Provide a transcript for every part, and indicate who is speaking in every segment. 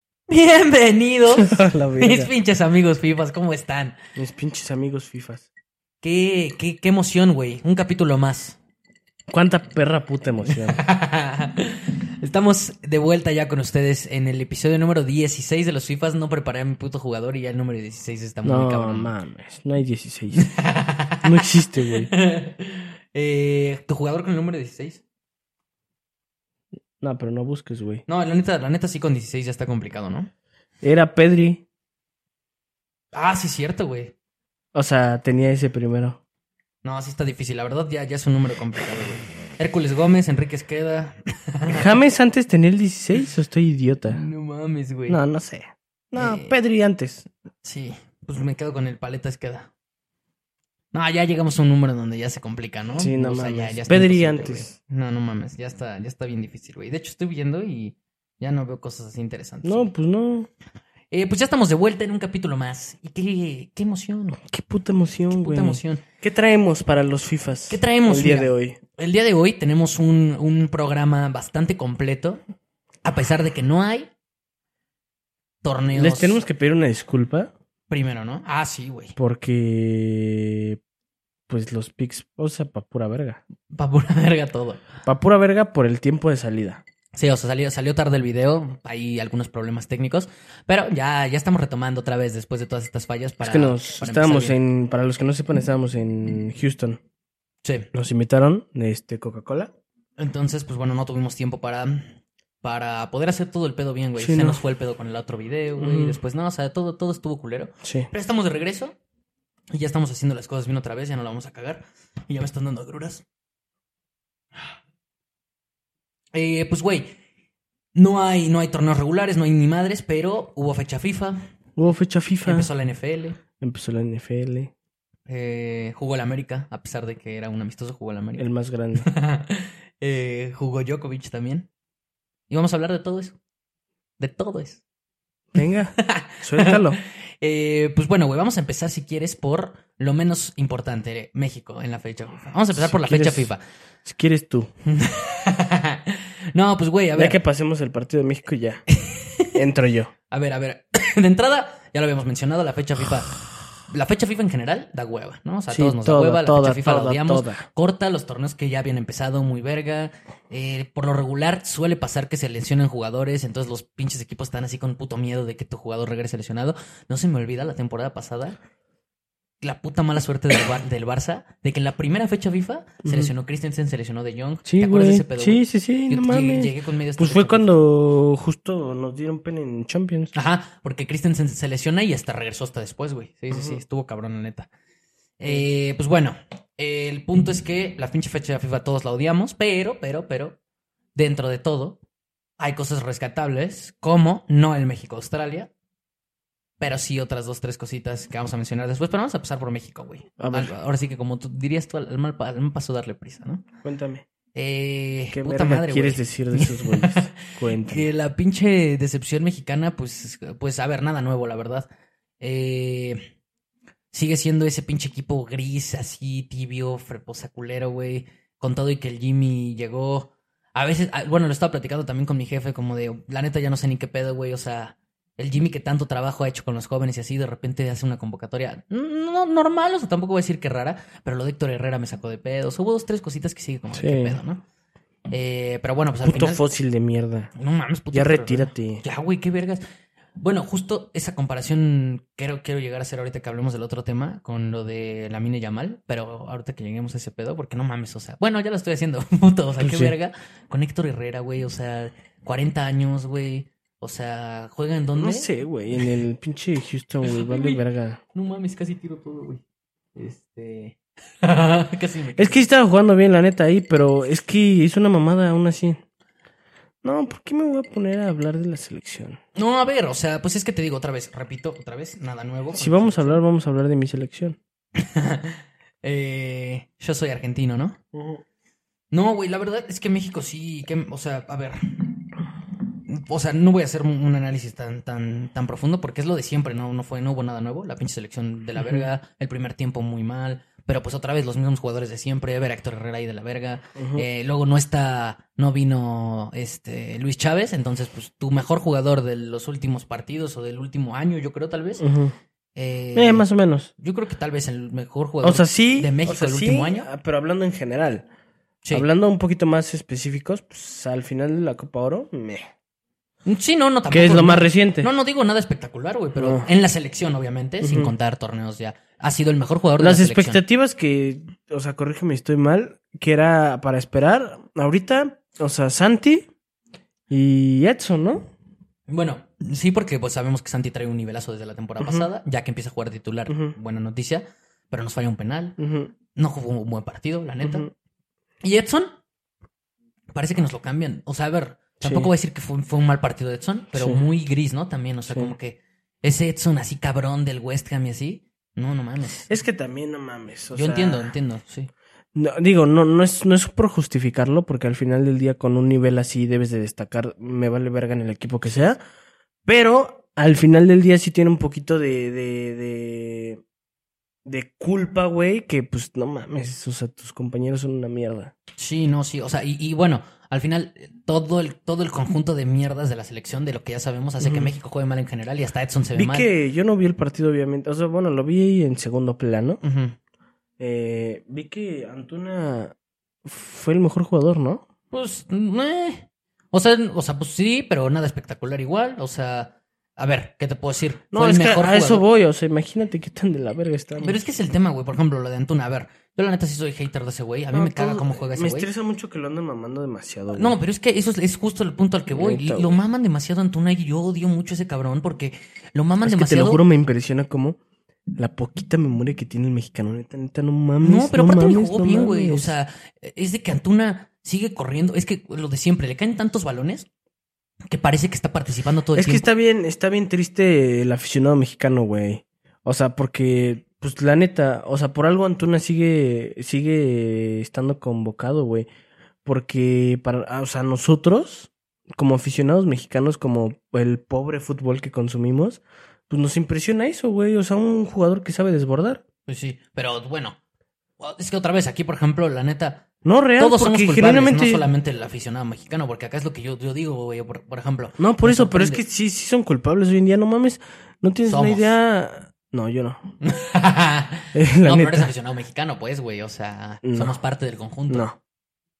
Speaker 1: Bienvenidos,
Speaker 2: La
Speaker 1: mis
Speaker 2: verga.
Speaker 1: pinches amigos FIFAs, ¿cómo están?
Speaker 2: Mis pinches amigos fifas.
Speaker 1: Qué, qué, qué emoción, güey. Un capítulo más.
Speaker 2: Cuánta perra puta emoción.
Speaker 1: Estamos de vuelta ya con ustedes en el episodio número 16 de los FIFAs. No preparé a mi puto jugador y ya el número 16 está muy
Speaker 2: no
Speaker 1: cabrón.
Speaker 2: mames, no hay 16. No existe, güey.
Speaker 1: Eh, ¿Tu jugador con el número 16?
Speaker 2: No, pero no busques, güey.
Speaker 1: No, la neta, la neta sí con 16 ya está complicado, ¿no?
Speaker 2: Era Pedri.
Speaker 1: Ah, sí, cierto, güey.
Speaker 2: O sea, tenía ese primero.
Speaker 1: No, sí está difícil. La verdad, ya, ya es un número complicado, güey. Hércules Gómez, Enrique Esqueda.
Speaker 2: ¿James antes tenía el 16 o estoy idiota?
Speaker 1: No mames, güey.
Speaker 2: No, no sé. No,
Speaker 1: Eh.
Speaker 2: Pedri antes.
Speaker 1: Sí, pues me quedo con el paleta Esqueda. No, ya llegamos a un número donde ya se complica, ¿no?
Speaker 2: Sí, no
Speaker 1: O sea, ya-
Speaker 2: mames.
Speaker 1: ya está
Speaker 2: Pedri
Speaker 1: imposible,
Speaker 2: antes.
Speaker 1: güey. No, no mames, ya está, ya está bien difícil, güey. De hecho, estoy viendo y ya no veo cosas así interesantes.
Speaker 2: No, pues no.
Speaker 1: Eh, pues ya estamos de vuelta en un capítulo más. Y qué, qué emoción, güey,
Speaker 2: Qué puta emoción,
Speaker 1: qué
Speaker 2: güey.
Speaker 1: puta emoción.
Speaker 2: ¿Qué traemos para los fifas?
Speaker 1: ¿Qué traemos,
Speaker 2: el día
Speaker 1: mira?
Speaker 2: de hoy?
Speaker 1: El día de hoy tenemos un, un programa bastante completo, a pesar de que no hay torneos
Speaker 2: Les tenemos que pedir una disculpa
Speaker 1: primero, ¿no? Ah, sí, güey.
Speaker 2: porque pues los picks, o sea, pa pura verga.
Speaker 1: Pa' pura verga todo.
Speaker 2: Pa pura verga por el tiempo de salida.
Speaker 1: Sí, o sea, salió, salió tarde el video, hay algunos problemas técnicos, pero ya, ya estamos retomando otra vez después de todas estas fallas para...
Speaker 2: es que nos
Speaker 1: para
Speaker 2: estábamos
Speaker 1: empezar bien.
Speaker 2: en, para los que no sepan, estábamos en Houston.
Speaker 1: Sí,
Speaker 2: Nos invitaron, este, Coca-Cola.
Speaker 1: entonces, pues bueno, no tuvimos tiempo para, para poder hacer todo el pedo bien, güey.
Speaker 2: Sí,
Speaker 1: Se
Speaker 2: no.
Speaker 1: nos fue el pedo con el otro video, güey,
Speaker 2: Ujú.
Speaker 1: después no, o sea, todo, todo estuvo culero.
Speaker 2: Sí.
Speaker 1: Pero estamos de regreso y ya estamos haciendo las cosas bien otra vez, ya no la vamos a cagar y ya me están dando agruras. Eh, pues, güey, no hay, no hay torneos regulares, no hay ni madres, pero hubo fecha FIFA,
Speaker 2: Hubo fecha FIFA.
Speaker 1: empezó la NFL.
Speaker 2: Empezó la NFL,
Speaker 1: Eh, jugó el América, a pesar de que era un amistoso, jugó el América.
Speaker 2: el más grande.
Speaker 1: Eh, jugó Djokovic también. Y vamos a hablar de todo eso. De todo eso.
Speaker 2: Venga, suéltalo.
Speaker 1: Eh, pues bueno, güey, vamos a empezar si quieres por lo menos importante, eh, México, en la fecha FIFA. Vamos a empezar
Speaker 2: Si
Speaker 1: por la
Speaker 2: quieres-
Speaker 1: fecha FIFA.
Speaker 2: Si quieres tú.
Speaker 1: no, pues güey, a
Speaker 2: Ya
Speaker 1: ver,
Speaker 2: que pasemos el partido de México ya. Entro yo.
Speaker 1: a ver, a ver. De entrada, ya lo habíamos mencionado, la fecha FIFA. La fecha FIFA en general da hueva, ¿no? O sea, a
Speaker 2: Sí,
Speaker 1: todos nos da
Speaker 2: toda,
Speaker 1: hueva, la
Speaker 2: toda,
Speaker 1: fecha FIFA la
Speaker 2: toda,
Speaker 1: odiamos.
Speaker 2: toda.
Speaker 1: corta los torneos que ya habían empezado, muy verga. Eh, por lo regular suele pasar que se lesionan jugadores, entonces los pinches equipos están así con puto miedo de que tu jugador regrese lesionado. No se me olvida la temporada pasada, la puta mala suerte del, Bar- del Barça, de que en la primera fecha FIFA se
Speaker 2: Ujú.
Speaker 1: lesionó Christensen, se lesionó De Jong.
Speaker 2: Sí,
Speaker 1: ¿Te acuerdas de
Speaker 2: güey.
Speaker 1: ese pedo?
Speaker 2: Sí,
Speaker 1: güey?
Speaker 2: sí, sí,
Speaker 1: Yo
Speaker 2: no
Speaker 1: llegué-
Speaker 2: mames.
Speaker 1: llegué con medio
Speaker 2: Pues
Speaker 1: esta
Speaker 2: fue
Speaker 1: fecha
Speaker 2: cuando justo nos dieron pena en Champions.
Speaker 1: FIFA. Ajá, porque Christensen se lesiona y hasta regresó hasta después, güey. Sí, sí, sí,
Speaker 2: Ujú.
Speaker 1: estuvo cabrón, la neta. Eh, pues bueno, eh, el punto es que la pinche fecha de FIFA todos la odiamos, pero, pero, pero, dentro de todo, hay cosas rescatables, como no el México-Australia, pero sí otras dos, tres cositas que vamos a mencionar después, pero vamos a pasar por México, güey.
Speaker 2: A ver.
Speaker 1: Al- Ahora sí que como tú dirías tú, al, al mal, pa- al mal paso darle prisa, ¿no?
Speaker 2: Cuéntame.
Speaker 1: Eh,
Speaker 2: ¿Qué
Speaker 1: puta
Speaker 2: verga
Speaker 1: madre,
Speaker 2: quieres
Speaker 1: güey.
Speaker 2: decir de esos güeyes? Cuéntame.
Speaker 1: Que la pinche decepción mexicana, pues, pues, a ver, nada nuevo, la verdad. Eh, sigue siendo ese pinche equipo gris, así, tibio, freposa culero, güey. Con todo y que el Jimmy llegó. A veces, ah, bueno, lo estaba platicando también con mi jefe, como de, la neta ya no sé ni qué pedo, güey. O sea, el Jimmy que tanto trabajo ha hecho con los jóvenes y así, de repente hace una convocatoria. No, normal, o sea, tampoco voy a decir que rara, pero lo de Héctor Herrera me sacó de pedo. O sea, hubo dos, tres cositas que sigue como de
Speaker 2: Sí.
Speaker 1: qué pedo, ¿no? Eh, pero bueno, pues al
Speaker 2: Puto
Speaker 1: final.
Speaker 2: fósil de mierda.
Speaker 1: No mames, puto.
Speaker 2: Ya
Speaker 1: Héctor
Speaker 2: retírate.
Speaker 1: ya, güey, qué vergas. Bueno, justo esa comparación quiero, quiero llegar a hacer ahorita que hablemos del otro tema con lo de la mina Yamal, pero ahorita que lleguemos a ese pedo, porque no mames, o sea, bueno, ya lo estoy haciendo, puto, o sea,
Speaker 2: Pues
Speaker 1: qué
Speaker 2: sí.
Speaker 1: verga. Con Héctor Herrera, güey, o sea, 40 años, güey, o sea, ¿juega en dónde?
Speaker 2: No sé, güey. En el pinche Houston, güey. Vale
Speaker 1: Güey.
Speaker 2: verga.
Speaker 1: No mames, casi tiro todo, güey. Este. casi me.
Speaker 2: Es que sí estaba jugando bien, la neta, ahí, pero es que hizo una mamada aún así. No, ¿por qué me voy a poner a hablar de la selección?
Speaker 1: No, a ver, o sea, pues es que te digo otra vez, repito, otra vez, nada nuevo.
Speaker 2: Si vamos a hablar, vamos a hablar de mi selección.
Speaker 1: Eh, yo soy argentino, ¿no? No, güey, la verdad es que México sí, que, o sea, a ver. O sea, no voy a hacer un un análisis tan, tan, tan profundo porque es lo de siempre, ¿no? No fue, no hubo nada nuevo. La pinche selección de la
Speaker 2: Ujú.
Speaker 1: verga, el primer tiempo muy mal. Pero pues otra vez los mismos jugadores de siempre, ver Héctor Herrera ahí de la verga. Eh, luego no está, no vino este Luis Chávez, entonces pues tu mejor jugador de los últimos partidos o del último año, yo creo tal vez.
Speaker 2: Ujú.
Speaker 1: Eh,
Speaker 2: Eh, más o menos.
Speaker 1: Yo creo que tal vez el mejor jugador
Speaker 2: O sea, sí.
Speaker 1: de México
Speaker 2: o sea,
Speaker 1: el
Speaker 2: sí,
Speaker 1: último año.
Speaker 2: ah, Pero hablando en general.
Speaker 1: Sí.
Speaker 2: Hablando un poquito más específicos, pues al final de la Copa Oro, meh.
Speaker 1: Sí, no, no, tampoco.
Speaker 2: que es lo
Speaker 1: no-
Speaker 2: más reciente.
Speaker 1: No, no digo nada espectacular, güey, pero
Speaker 2: Este. No.
Speaker 1: en la selección, obviamente, sin
Speaker 2: Ujú.
Speaker 1: contar torneos ya. Ha sido el mejor jugador
Speaker 2: Las
Speaker 1: de la selección.
Speaker 2: expectativas que, o sea, corrígeme si estoy mal, que era para esperar ahorita, o sea, Santi y Edson, ¿no?
Speaker 1: Bueno, sí, porque pues, sabemos que Santi trae un nivelazo desde la temporada
Speaker 2: Ujú.
Speaker 1: pasada, ya que empieza a jugar de titular.
Speaker 2: Ujú.
Speaker 1: Buena noticia, pero nos falla un penal.
Speaker 2: Ujú,
Speaker 1: No jugó un buen partido, la neta.
Speaker 2: ujú.
Speaker 1: Y Edson, parece que nos lo cambian. O sea, a ver, tampoco
Speaker 2: Sí.
Speaker 1: voy a decir que fue, fue un mal partido de Edson, pero
Speaker 2: Sí.
Speaker 1: muy gris, ¿no? También, o sea,
Speaker 2: Sí.
Speaker 1: como que ese Edson así cabrón del West Ham y así. No, no mames.
Speaker 2: Es que también no mames. o
Speaker 1: Yo
Speaker 2: sea,
Speaker 1: entiendo, entiendo, sí.
Speaker 2: no, digo, no, no es, no es por justificarlo, porque al final del día con un nivel así debes de destacar, me vale verga en el equipo que sea, pero al final del día sí tiene un poquito de, de, de, de culpa, güey, que pues no mames, o sea, tus compañeros son una mierda.
Speaker 1: Sí, no, sí. O sea, y, y bueno, al final, eh, todo el, todo el conjunto de mierdas de la selección, de lo que ya sabemos, hace que
Speaker 2: Ujú.
Speaker 1: México juegue mal en general y hasta Edson se ve
Speaker 2: Vi
Speaker 1: mal.
Speaker 2: que yo no vi el partido, obviamente. O sea, bueno, lo vi en segundo plano.
Speaker 1: Ujú.
Speaker 2: Eh, vi que Antuna fue el mejor jugador, ¿no?
Speaker 1: Pues, meh. O sea, n- o sea, pues sí, pero nada espectacular igual. O sea, a ver, ¿qué te puedo decir? Fue
Speaker 2: No,
Speaker 1: el
Speaker 2: es que
Speaker 1: mejor
Speaker 2: a eso
Speaker 1: jugador.
Speaker 2: voy. O sea, imagínate qué tan de la verga está.
Speaker 1: Pero es que es el tema, güey. Por ejemplo, lo de Antuna. A ver, yo la neta sí soy hater de ese güey. A mí me caga cómo juega ese
Speaker 2: Me
Speaker 1: güey.
Speaker 2: estresa mucho que lo andan mamando demasiado. güey.
Speaker 1: No, pero es que eso es, es justo el punto al que voy.
Speaker 2: Neta,
Speaker 1: Lo
Speaker 2: güey.
Speaker 1: maman demasiado a Antuna y yo odio mucho a ese cabrón porque lo maman
Speaker 2: es que te
Speaker 1: demasiado.
Speaker 2: lo juro, me impresiona cómo la poquita memoria que tiene el mexicano. Neta, neta, no mames.
Speaker 1: No, pero aparte ni
Speaker 2: mames,
Speaker 1: jugó
Speaker 2: no
Speaker 1: bien, güey. O
Speaker 2: mames.
Speaker 1: sea, es de que Antuna sigue corriendo. Es que lo de siempre, le caen tantos balones que parece que está participando todo el
Speaker 2: Es que
Speaker 1: tiempo.
Speaker 2: está bien, está bien triste el aficionado mexicano, güey. O sea, porque, pues la neta, o sea, por algo Antuna sigue, sigue estando convocado, güey. Porque para, ah, o sea, nosotros, como aficionados mexicanos, como el pobre fútbol que consumimos, pues nos impresiona eso, güey. O sea, un jugador que sabe desbordar.
Speaker 1: Pues sí, pero bueno. Es que otra vez, aquí, por ejemplo, la neta,
Speaker 2: No, real,
Speaker 1: todos somos
Speaker 2: porque
Speaker 1: culpables,
Speaker 2: generalmente.
Speaker 1: no solamente el aficionado mexicano, porque acá es lo que yo, yo digo, güey, por, por ejemplo.
Speaker 2: No, por
Speaker 1: Me
Speaker 2: eso, pero es que
Speaker 1: sorprende.
Speaker 2: sí, sí son culpables hoy en día, no mames. No tienes una
Speaker 1: Somos.
Speaker 2: idea. No, yo no.
Speaker 1: no,
Speaker 2: Eh, la
Speaker 1: pero eres
Speaker 2: neta.
Speaker 1: aficionado mexicano, pues, güey, o sea,
Speaker 2: No.
Speaker 1: somos parte del conjunto.
Speaker 2: No.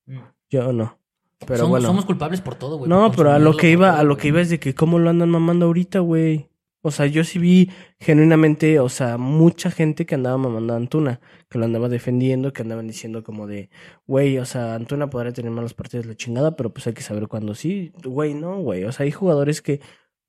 Speaker 1: Mm.
Speaker 2: Yo no. Pero
Speaker 1: somos,
Speaker 2: bueno.
Speaker 1: somos culpables por todo, güey.
Speaker 2: no,
Speaker 1: por
Speaker 2: pero a lo
Speaker 1: consumirlo,
Speaker 2: que
Speaker 1: por
Speaker 2: iba,
Speaker 1: todo,
Speaker 2: a lo
Speaker 1: güey.
Speaker 2: que iba es de que cómo lo andan mamando ahorita, güey. O sea, yo sí vi genuinamente, o sea, mucha gente que andaba mamando a Antuna, que lo andaba defendiendo, que andaban diciendo como de, güey, o sea, Antuna podrá tener malos partidos la chingada, pero pues hay que saber cuándo sí. Güey, no, güey. O sea, hay jugadores que,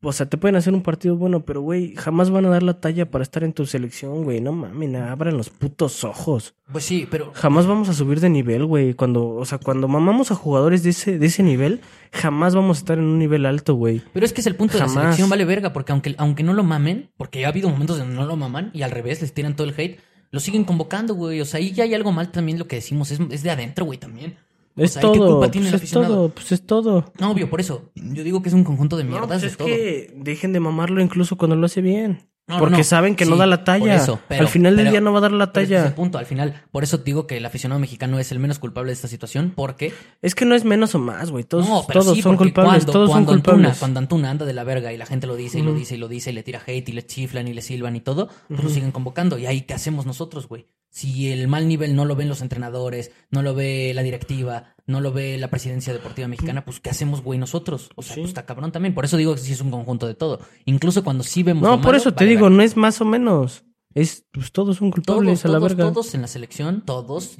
Speaker 2: o sea, te pueden hacer un partido bueno, pero güey, jamás van a dar la talla para estar en tu selección, güey. No mames, abran los putos ojos.
Speaker 1: Pues sí, pero
Speaker 2: Jamás vamos a subir de nivel, güey. Cuando, o sea, cuando mamamos a jugadores de ese, de ese nivel, jamás vamos a estar en un nivel alto, güey.
Speaker 1: Pero es que es el punto de la
Speaker 2: Jamás.
Speaker 1: selección, vale verga, porque aunque, aunque no lo mamen, porque ha habido momentos donde no lo maman y al revés les tiran todo el hate, lo siguen convocando, güey. O sea, ahí ya hay algo mal también lo que decimos, es, es de adentro, güey, también. O
Speaker 2: Es
Speaker 1: sea, ¿y
Speaker 2: todo,
Speaker 1: ¿qué culpa tiene
Speaker 2: pues
Speaker 1: el
Speaker 2: es todo,
Speaker 1: aficionado?
Speaker 2: pues es todo.
Speaker 1: No, obvio, por eso. Yo digo que es un conjunto de mierdas
Speaker 2: No, pues
Speaker 1: de
Speaker 2: es
Speaker 1: todo.
Speaker 2: que dejen de mamarlo incluso cuando lo hace bien.
Speaker 1: No, no,
Speaker 2: porque
Speaker 1: no.
Speaker 2: saben que no
Speaker 1: Sí,
Speaker 2: da la talla.
Speaker 1: por eso, pero-
Speaker 2: Al final del
Speaker 1: pero-
Speaker 2: día no va a dar la
Speaker 1: Pero es que es el
Speaker 2: talla.
Speaker 1: punto, al final, por eso digo que el aficionado mexicano es el menos culpable de esta situación, porque
Speaker 2: Es que no es menos o más, güey. Todos,
Speaker 1: no, pero
Speaker 2: todos
Speaker 1: sí,
Speaker 2: son
Speaker 1: porque
Speaker 2: culpables,
Speaker 1: cuando,
Speaker 2: todos son
Speaker 1: cuando Antuna,
Speaker 2: culpables.
Speaker 1: cuando Antuna anda de la verga y la gente lo dice y lo
Speaker 2: Ujú.
Speaker 1: dice y lo dice y le tira hate y le chiflan y le silban y todo, pues lo
Speaker 2: Ujú.
Speaker 1: siguen convocando. Y ahí, ¿qué hacemos nosotros, güey? Si el mal nivel no lo ven los entrenadores, no lo ve la directiva, no lo ve la presidencia deportiva mexicana, pues ¿qué hacemos, güey, nosotros? O sea,
Speaker 2: Sí.
Speaker 1: pues está cabrón también. Por eso digo que sí es un conjunto de todo. Incluso cuando sí vemos. lo
Speaker 2: No, por
Speaker 1: malo,
Speaker 2: eso te
Speaker 1: vale
Speaker 2: digo,
Speaker 1: verga.
Speaker 2: no es más o menos. Es, pues todos son culpables
Speaker 1: Todos,
Speaker 2: a la
Speaker 1: todos,
Speaker 2: verga.
Speaker 1: todos en la selección, todos.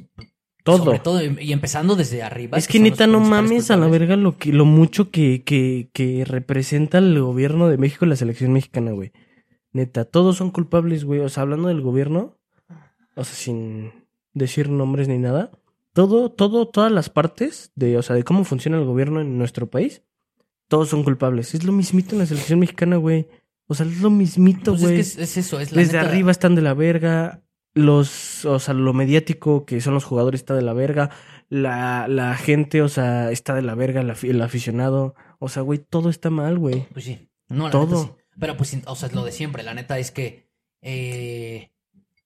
Speaker 2: Todo.
Speaker 1: Sobre todo, y empezando desde arriba.
Speaker 2: Es que
Speaker 1: son los
Speaker 2: neta, no
Speaker 1: principales
Speaker 2: mames a la
Speaker 1: culpables.
Speaker 2: verga lo que, lo mucho que, que, que representa el gobierno de México y la selección mexicana, güey. Neta, todos son culpables, güey. O sea, hablando del gobierno, o sea, sin decir nombres ni nada. Todo, todo, todas las partes de, o sea, de cómo funciona el gobierno en nuestro país, todos son culpables. Es lo mismito en la selección mexicana, güey. O sea, es lo mismito,
Speaker 1: Pues
Speaker 2: güey.
Speaker 1: es que es, es eso, es la
Speaker 2: Desde
Speaker 1: neta-
Speaker 2: arriba están de la verga. Los, o sea, lo mediático que son los jugadores está de la verga. La, la gente, o sea, está de la verga, el afi- el aficionado. O sea, güey, todo está mal, güey.
Speaker 1: Pues sí. No, la
Speaker 2: Todo.
Speaker 1: neta sí. Pero pues, o sea, es lo de siempre. La neta es que. eh,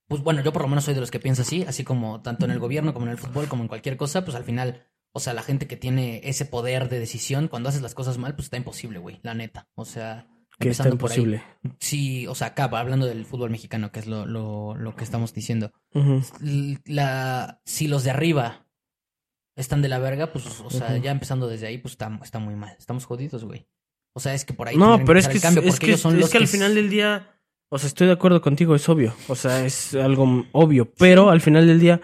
Speaker 1: pues bueno, yo por lo menos soy de los que piensa así, así como tanto en el gobierno como en el fútbol, como en cualquier cosa, pues al final, o sea, la gente que tiene ese poder de decisión, cuando haces las cosas mal, pues está imposible, güey, la neta. O sea,
Speaker 2: que está
Speaker 1: empezando por ahí.
Speaker 2: imposible.
Speaker 1: Sí, o sea, acá, hablando del fútbol mexicano, que es lo, lo, lo que estamos diciendo.
Speaker 2: Ujú.
Speaker 1: L- La, si los de arriba están de la verga, pues, o sea,
Speaker 2: Ujú.
Speaker 1: ya empezando desde ahí, pues está, está muy mal. Estamos jodidos, güey. O sea, es que por ahí.
Speaker 2: No,
Speaker 1: tendrían
Speaker 2: pero es
Speaker 1: empezar
Speaker 2: que,
Speaker 1: el cambio,
Speaker 2: es,
Speaker 1: porque
Speaker 2: que,
Speaker 1: ellos son
Speaker 2: es
Speaker 1: los
Speaker 2: que al
Speaker 1: que
Speaker 2: final del día, o sea, estoy de acuerdo contigo, es obvio, o sea, es algo obvio, pero al final del día,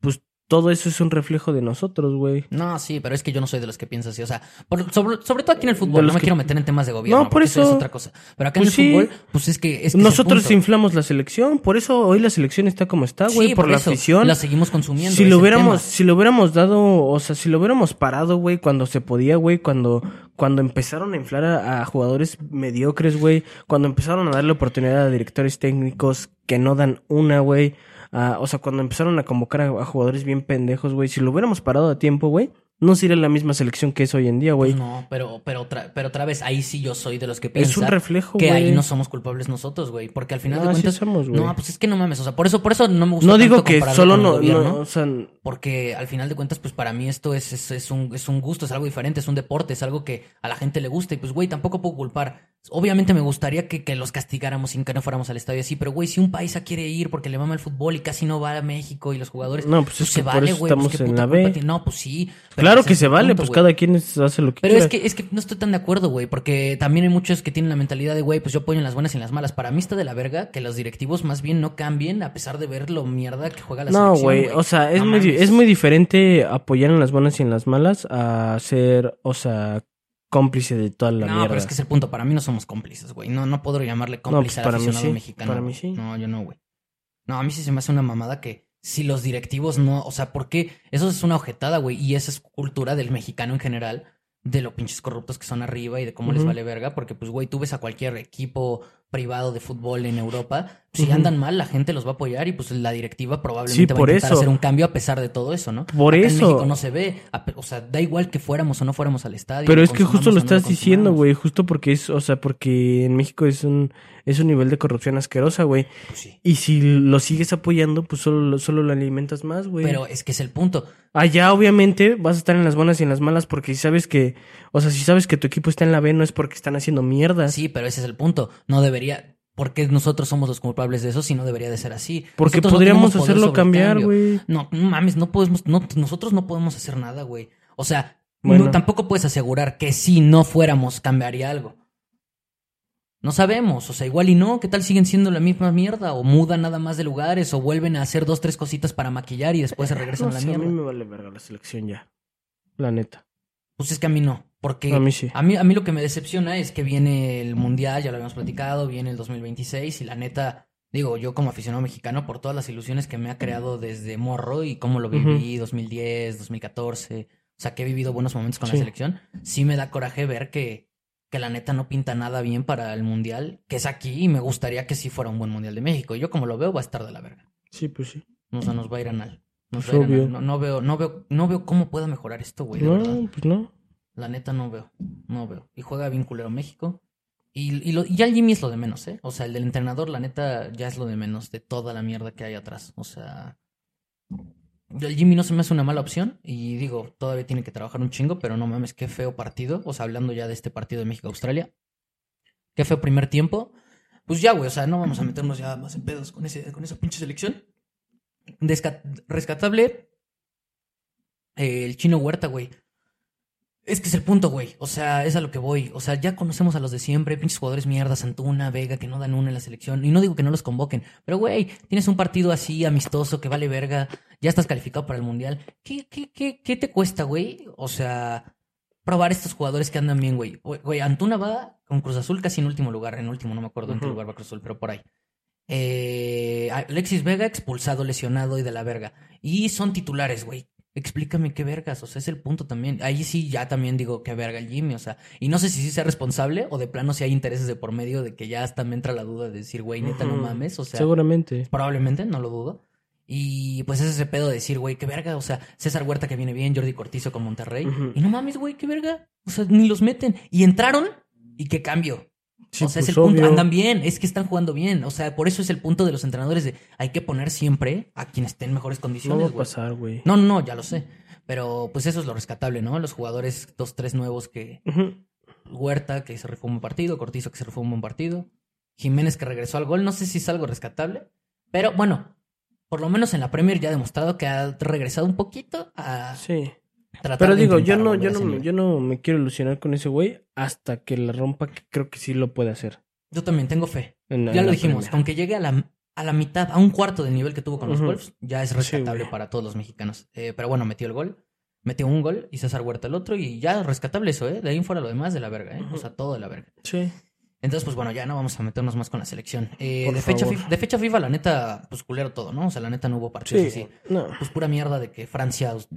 Speaker 2: pues todo eso es un reflejo de nosotros, güey.
Speaker 1: No, sí, pero es que yo no soy de los que piensa así. O sea, por- sobre, sobre todo aquí en el fútbol,
Speaker 2: De
Speaker 1: no
Speaker 2: los
Speaker 1: me
Speaker 2: que-
Speaker 1: quiero meter en temas de gobierno.
Speaker 2: No, por
Speaker 1: porque
Speaker 2: eso.
Speaker 1: es otra cosa. Pero acá
Speaker 2: Pues
Speaker 1: en
Speaker 2: sí.
Speaker 1: el fútbol, pues es que. Es que es el
Speaker 2: Nosotros
Speaker 1: punto.
Speaker 2: inflamos la selección, por eso hoy la selección está como está, güey,
Speaker 1: Sí,
Speaker 2: por, la
Speaker 1: eso,
Speaker 2: afición.
Speaker 1: La seguimos consumiendo.
Speaker 2: Si
Speaker 1: es
Speaker 2: lo
Speaker 1: el
Speaker 2: hubiéramos,
Speaker 1: tema.
Speaker 2: si lo hubiéramos dado, o sea, si lo hubiéramos parado, güey, cuando se podía, güey, cuando, cuando empezaron a inflar a, a jugadores mediocres, güey, cuando empezaron a darle oportunidad a directores técnicos que no dan una, güey, a- o sea, cuando empezaron a convocar a, a jugadores bien pendejos, güey, si lo hubiéramos parado a tiempo, güey, no sería la misma selección que es hoy en día,
Speaker 1: Pues
Speaker 2: güey.
Speaker 1: No, pero, pero, otra, pero otra vez, ahí sí yo soy de los que piensa
Speaker 2: Es un reflejo,
Speaker 1: que ahí
Speaker 2: güey.
Speaker 1: no somos culpables nosotros, güey. Porque al final
Speaker 2: No,
Speaker 1: de
Speaker 2: así
Speaker 1: cuentas.
Speaker 2: somos, güey.
Speaker 1: no, pues es que no mames. O sea, por eso, por eso no me gusta.
Speaker 2: No digo
Speaker 1: tanto
Speaker 2: que
Speaker 1: compararlo
Speaker 2: solo
Speaker 1: con el
Speaker 2: no,
Speaker 1: gobierno.
Speaker 2: no, o sea, n-
Speaker 1: Porque al final de cuentas, pues para mí esto es, es, es un, es un gusto, es algo diferente, es un deporte, es algo que a la gente le gusta. Y pues, güey, tampoco puedo culpar. Obviamente me gustaría que, que los castigáramos sin que no fuéramos al estadio y así, pero güey, si un país quiere ir porque le mama el fútbol y casi no va a México y los jugadores.
Speaker 2: No, pues es que
Speaker 1: se
Speaker 2: por
Speaker 1: vale,
Speaker 2: eso
Speaker 1: güey. pues,
Speaker 2: estamos
Speaker 1: ¿qué
Speaker 2: en
Speaker 1: puta
Speaker 2: la
Speaker 1: culpa
Speaker 2: B.
Speaker 1: tiene? No, pues sí. pero
Speaker 2: claro
Speaker 1: ese
Speaker 2: que
Speaker 1: es
Speaker 2: se
Speaker 1: el
Speaker 2: vale,
Speaker 1: punto,
Speaker 2: pues
Speaker 1: güey.
Speaker 2: cada quien es- hace lo que
Speaker 1: Pero
Speaker 2: quiera.
Speaker 1: es que, es que no estoy tan de acuerdo, güey, porque también hay muchos que tienen la mentalidad de, güey, pues yo apoyo en las buenas y en las malas. Para mí está de la verga que los directivos más bien no cambien a pesar de ver lo mierda que juega la
Speaker 2: No,
Speaker 1: selección,
Speaker 2: güey, o sea, es,
Speaker 1: No
Speaker 2: muy, di-
Speaker 1: mames.
Speaker 2: es muy diferente apoyar en las buenas y en las malas a ser, o sea, cómplice de toda la
Speaker 1: no,
Speaker 2: mierda.
Speaker 1: pero es que es el punto. Para mí no somos cómplices, güey. No, no puedo llamarle
Speaker 2: No,
Speaker 1: cómplice
Speaker 2: pues
Speaker 1: al
Speaker 2: para mí
Speaker 1: aficionado
Speaker 2: sí,
Speaker 1: mexicano.
Speaker 2: para mí
Speaker 1: güey.
Speaker 2: sí.
Speaker 1: No, yo no, güey. No, a mí sí se me hace una mamada que si los directivos no. O sea, ¿por qué? Eso es una ojetada, güey. Y esa es cultura del mexicano en general, de los pinches corruptos que son arriba y de cómo les
Speaker 2: Ujú.
Speaker 1: vale verga. Porque, pues, güey, tú ves a cualquier equipo privado de fútbol en Europa. Si
Speaker 2: Ujú.
Speaker 1: andan mal, la gente los va a apoyar y, pues, la directiva probablemente
Speaker 2: Sí,
Speaker 1: va a
Speaker 2: por
Speaker 1: intentar
Speaker 2: eso.
Speaker 1: hacer un cambio a pesar de todo eso, ¿no?
Speaker 2: Por
Speaker 1: Acá En
Speaker 2: eso.
Speaker 1: México no se ve. A pe- O sea, da igual que fuéramos o no fuéramos al estadio.
Speaker 2: Pero es que justo lo
Speaker 1: consumamos o no
Speaker 2: estás diciendo,
Speaker 1: consumamos.
Speaker 2: güey, justo porque es, o sea, porque en México es un, es un nivel de corrupción asquerosa, güey.
Speaker 1: Pues sí.
Speaker 2: Y si lo sigues apoyando, pues solo, solo lo alimentas más, güey.
Speaker 1: Pero es que es el punto.
Speaker 2: Allá obviamente vas a estar en las buenas y en las malas porque si sabes que, o sea, si sabes que tu equipo está en la B no es porque están haciendo mierda.
Speaker 1: Sí, pero ese es el punto. No debería. Porque nosotros somos los culpables de eso, si no debería de ser así.
Speaker 2: Porque
Speaker 1: Nosotros no
Speaker 2: podríamos
Speaker 1: tenemos poder
Speaker 2: hacerlo
Speaker 1: sobre el
Speaker 2: cambiar,
Speaker 1: cambio.
Speaker 2: güey.
Speaker 1: No, no mames, no podemos. No, nosotros no podemos hacer nada, güey. O sea, no-
Speaker 2: Bueno.
Speaker 1: tampoco puedes asegurar que si no fuéramos cambiaría algo. No sabemos, o sea, igual y no, ¿qué tal siguen siendo la misma mierda? O mudan nada más de lugares, o vuelven a hacer dos, tres cositas para maquillar y después se regresan
Speaker 2: No
Speaker 1: a la
Speaker 2: sé,
Speaker 1: mierda.
Speaker 2: A mí me vale verga la selección ya. La neta.
Speaker 1: Pues es que a mí no, porque
Speaker 2: A mí sí.
Speaker 1: a mí, a mí lo que me decepciona es que viene el Mundial, ya lo habíamos platicado, viene el 2026 y la neta, digo, yo como aficionado mexicano, por todas las ilusiones que me ha creado desde morro y cómo lo viví, 2010, 2014, o sea, que he vivido buenos momentos con
Speaker 2: Sí.
Speaker 1: la selección, sí me da coraje ver que, que la neta no pinta nada bien para el Mundial, que es aquí y me gustaría que sí fuera un buen Mundial de México. Y yo como lo veo va a estar de la verga.
Speaker 2: Sí, pues sí.
Speaker 1: O sea, nos va a ir anal. Nos
Speaker 2: Pues
Speaker 1: va a ir anal.
Speaker 2: obvio.
Speaker 1: No, no veo, no veo, no veo cómo pueda mejorar esto, güey. de
Speaker 2: No,
Speaker 1: verdad.
Speaker 2: pues no.
Speaker 1: La neta no veo, no veo. Y juega bien culero México. Y, y, lo- y ya el Jimmy es lo de menos, ¿eh? O sea, el del entrenador, la neta, ya es lo de menos de toda la mierda que hay atrás. O sea, el Jimmy no se me hace una mala opción. Y digo, todavía tiene que trabajar un chingo, pero no mames, qué feo partido. O sea, hablando ya de este partido de México-Australia. Qué feo primer tiempo. Pues ya, güey, o sea, no vamos a meternos ya más en pedos con, ese, con esa pinche selección. Desca- rescatable. eh, el chino Huerta, güey. Es que es el punto, güey. O sea, es a lo que voy. O sea, ya conocemos a los de siempre, pinches jugadores mierda, Santuna, Vega, que no dan una en la selección. Y no digo que no los convoquen, pero güey, tienes un partido así, amistoso, que vale verga, ya estás calificado para el mundial. ¿Qué, qué, qué, qué te cuesta, güey? O sea, probar estos jugadores que andan bien, güey. Güey, Güey, Antuna va con Cruz Azul casi en último lugar, en último, no me acuerdo en qué
Speaker 2: Ujú.
Speaker 1: lugar va Cruz Azul, pero por ahí. Eh, Alexis Vega expulsado, lesionado y de la verga. Y son titulares, güey. Explícame qué vergas, o sea, es el punto también. Ahí sí, ya también digo qué verga el Jimmy, o sea, y no sé si sí sea responsable o de plano si hay intereses de por medio de que ya hasta me entra la duda de decir, güey, neta, no
Speaker 2: Ujú.
Speaker 1: mames, o sea,
Speaker 2: Seguramente.
Speaker 1: probablemente, no lo dudo. Y pues es ese pedo de decir, güey, qué verga, o sea, César Huerta que viene bien, Jordi Cortizo con Monterrey,
Speaker 2: Ujú.
Speaker 1: y no mames, güey, qué verga, o sea, ni los meten. Y entraron, y qué cambio.
Speaker 2: Sí,
Speaker 1: o sea, es
Speaker 2: pues,
Speaker 1: el punto.
Speaker 2: obvio.
Speaker 1: Andan bien, es que están jugando bien. O sea, por eso es el punto de los entrenadores de hay que poner siempre a quien esté en mejores
Speaker 2: No pues,
Speaker 1: condiciones.
Speaker 2: va a
Speaker 1: güey.
Speaker 2: pasar, güey.
Speaker 1: No, no, no, ya lo sé. Pero pues eso es lo rescatable, ¿no? Los jugadores, dos, tres nuevos que.
Speaker 2: Ujú.
Speaker 1: Huerta, que se rifó un buen partido. Cortizo, que se rifó un buen partido. Jiménez, que regresó al gol. No sé si es algo rescatable. Pero bueno, por lo menos en la Premier ya ha demostrado que ha regresado un poquito a
Speaker 2: Sí.
Speaker 1: tratar
Speaker 2: Pero
Speaker 1: de
Speaker 2: digo, yo
Speaker 1: intentar
Speaker 2: no,
Speaker 1: volver
Speaker 2: yo
Speaker 1: a
Speaker 2: no,
Speaker 1: ese
Speaker 2: me-
Speaker 1: nivel.
Speaker 2: yo no me quiero ilusionar con ese güey hasta que la rompa, que creo que sí lo puede hacer.
Speaker 1: Yo también tengo fe.
Speaker 2: en la-
Speaker 1: Ya
Speaker 2: en
Speaker 1: lo
Speaker 2: la
Speaker 1: dijimos,
Speaker 2: Premier.
Speaker 1: aunque llegue a la, a la mitad, a un cuarto del nivel que tuvo con los
Speaker 2: Ujú.
Speaker 1: Wolves, ya es
Speaker 2: Sí,
Speaker 1: rescatable
Speaker 2: güey.
Speaker 1: para todos los mexicanos. Eh, pero bueno, metió el gol, metió un gol y César Huerta el otro, y ya rescatable eso, ¿eh? De ahí en fuera lo demás de la verga, ¿eh? O
Speaker 2: Ujú.
Speaker 1: sea, todo de la verga.
Speaker 2: Sí.
Speaker 1: Entonces, pues bueno, ya no vamos a meternos más con la selección. Eh,
Speaker 2: Por
Speaker 1: de, fecha
Speaker 2: favor.
Speaker 1: FIFA, de fecha FIFA, la neta, pues culero todo, ¿no? O sea, la neta no hubo
Speaker 2: Sí.
Speaker 1: partidos así.
Speaker 2: No.
Speaker 1: Pues pura mierda de que Francia, pues,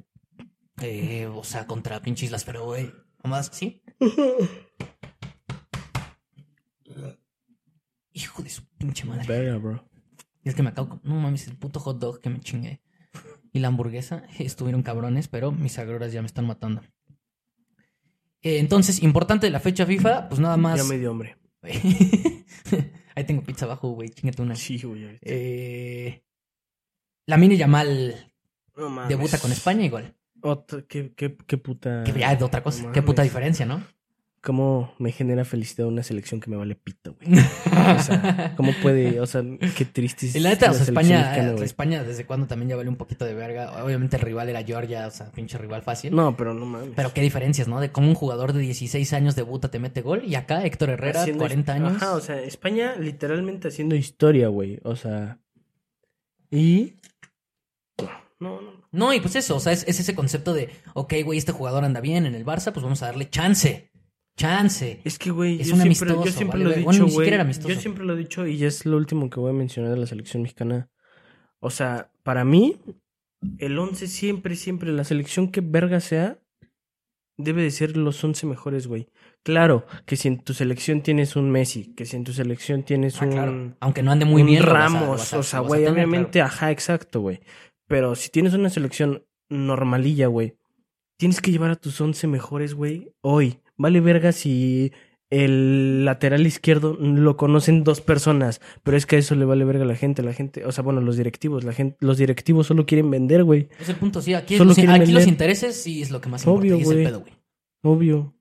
Speaker 1: eh, o sea, contra pinches Islas, pero güey, nomás así. Hijo de su pinche madre.
Speaker 2: Verga, bro.
Speaker 1: Y es que me acabo. con- No mames, el puto hot dog que me chingué. Y la hamburguesa estuvieron cabrones, pero mis agruras ya me están matando. Eh, entonces, importante de la fecha FIFA, pues nada más.
Speaker 2: Ya me dio hambre.
Speaker 1: Ahí tengo pizza abajo, güey, chingate una.
Speaker 2: Sí, güey. ahorita.
Speaker 1: Eh, la mini Yamal
Speaker 2: No mames.
Speaker 1: debuta con España y gol.
Speaker 2: Otra- qué, qué- qué puta.
Speaker 1: Que ya es otra cosa.
Speaker 2: no
Speaker 1: Qué puta
Speaker 2: mames.
Speaker 1: diferencia, ¿no?
Speaker 2: ¿Cómo me genera felicidad una selección que me vale pito, güey? O sea, ¿cómo puede? O sea, qué triste es
Speaker 1: Y la neta, o sea,
Speaker 2: selección
Speaker 1: España, eh,
Speaker 2: mexicana, güey.
Speaker 1: España desde cuando también ya valió un poquito de verga. Obviamente el rival era Georgia, o sea, pinche rival fácil.
Speaker 2: No, pero no mames.
Speaker 1: Pero qué diferencias, ¿no? De cómo un jugador de 16 años debuta, te mete gol. Y acá Héctor Herrera,
Speaker 2: Haciendo
Speaker 1: 40
Speaker 2: his-
Speaker 1: años.
Speaker 2: Ajá, o sea, España literalmente haciendo historia, güey. O sea. Y. No, no.
Speaker 1: No, y pues eso, o sea, es, es ese concepto de, ok, güey, este jugador anda bien en el Barça, pues vamos a darle chance. Chance.
Speaker 2: Es que, güey,
Speaker 1: Es
Speaker 2: yo
Speaker 1: un
Speaker 2: siempre, yo
Speaker 1: amistoso,
Speaker 2: siempre
Speaker 1: vale,
Speaker 2: lo he
Speaker 1: güey.
Speaker 2: dicho,
Speaker 1: Bueno, ni
Speaker 2: güey.
Speaker 1: siquiera era amistoso.
Speaker 2: Yo siempre lo he dicho y ya es lo último que voy a mencionar de la selección mexicana. O sea, para mí, el 11 siempre, siempre, la selección que verga sea, debe de ser los 11 mejores, güey. Claro, que si en tu selección tienes un Messi, que si en tu selección tienes
Speaker 1: Ah,
Speaker 2: un,
Speaker 1: claro. Aunque no ande muy
Speaker 2: un
Speaker 1: bien. lo vas a- lo
Speaker 2: Ramos,
Speaker 1: vas a-
Speaker 2: o
Speaker 1: lo
Speaker 2: sea,
Speaker 1: vas a
Speaker 2: güey,
Speaker 1: tener, claro.
Speaker 2: obviamente, ajá, exacto, güey. Pero si tienes una selección normalilla, güey, tienes que llevar a tus 11 mejores, güey, hoy. Vale verga si el lateral izquierdo lo conocen dos personas, pero es que a eso le vale verga a la gente, la gente, o sea, bueno, los directivos, la gente, los directivos solo quieren vender, güey,
Speaker 1: Es el punto, sí. Aquí,
Speaker 2: Solo
Speaker 1: los,
Speaker 2: quieren
Speaker 1: aquí los
Speaker 2: vender.
Speaker 1: intereses sí es lo que más
Speaker 2: Obvio,
Speaker 1: importa. y es el
Speaker 2: güey.
Speaker 1: pedo, güey.
Speaker 2: obvio.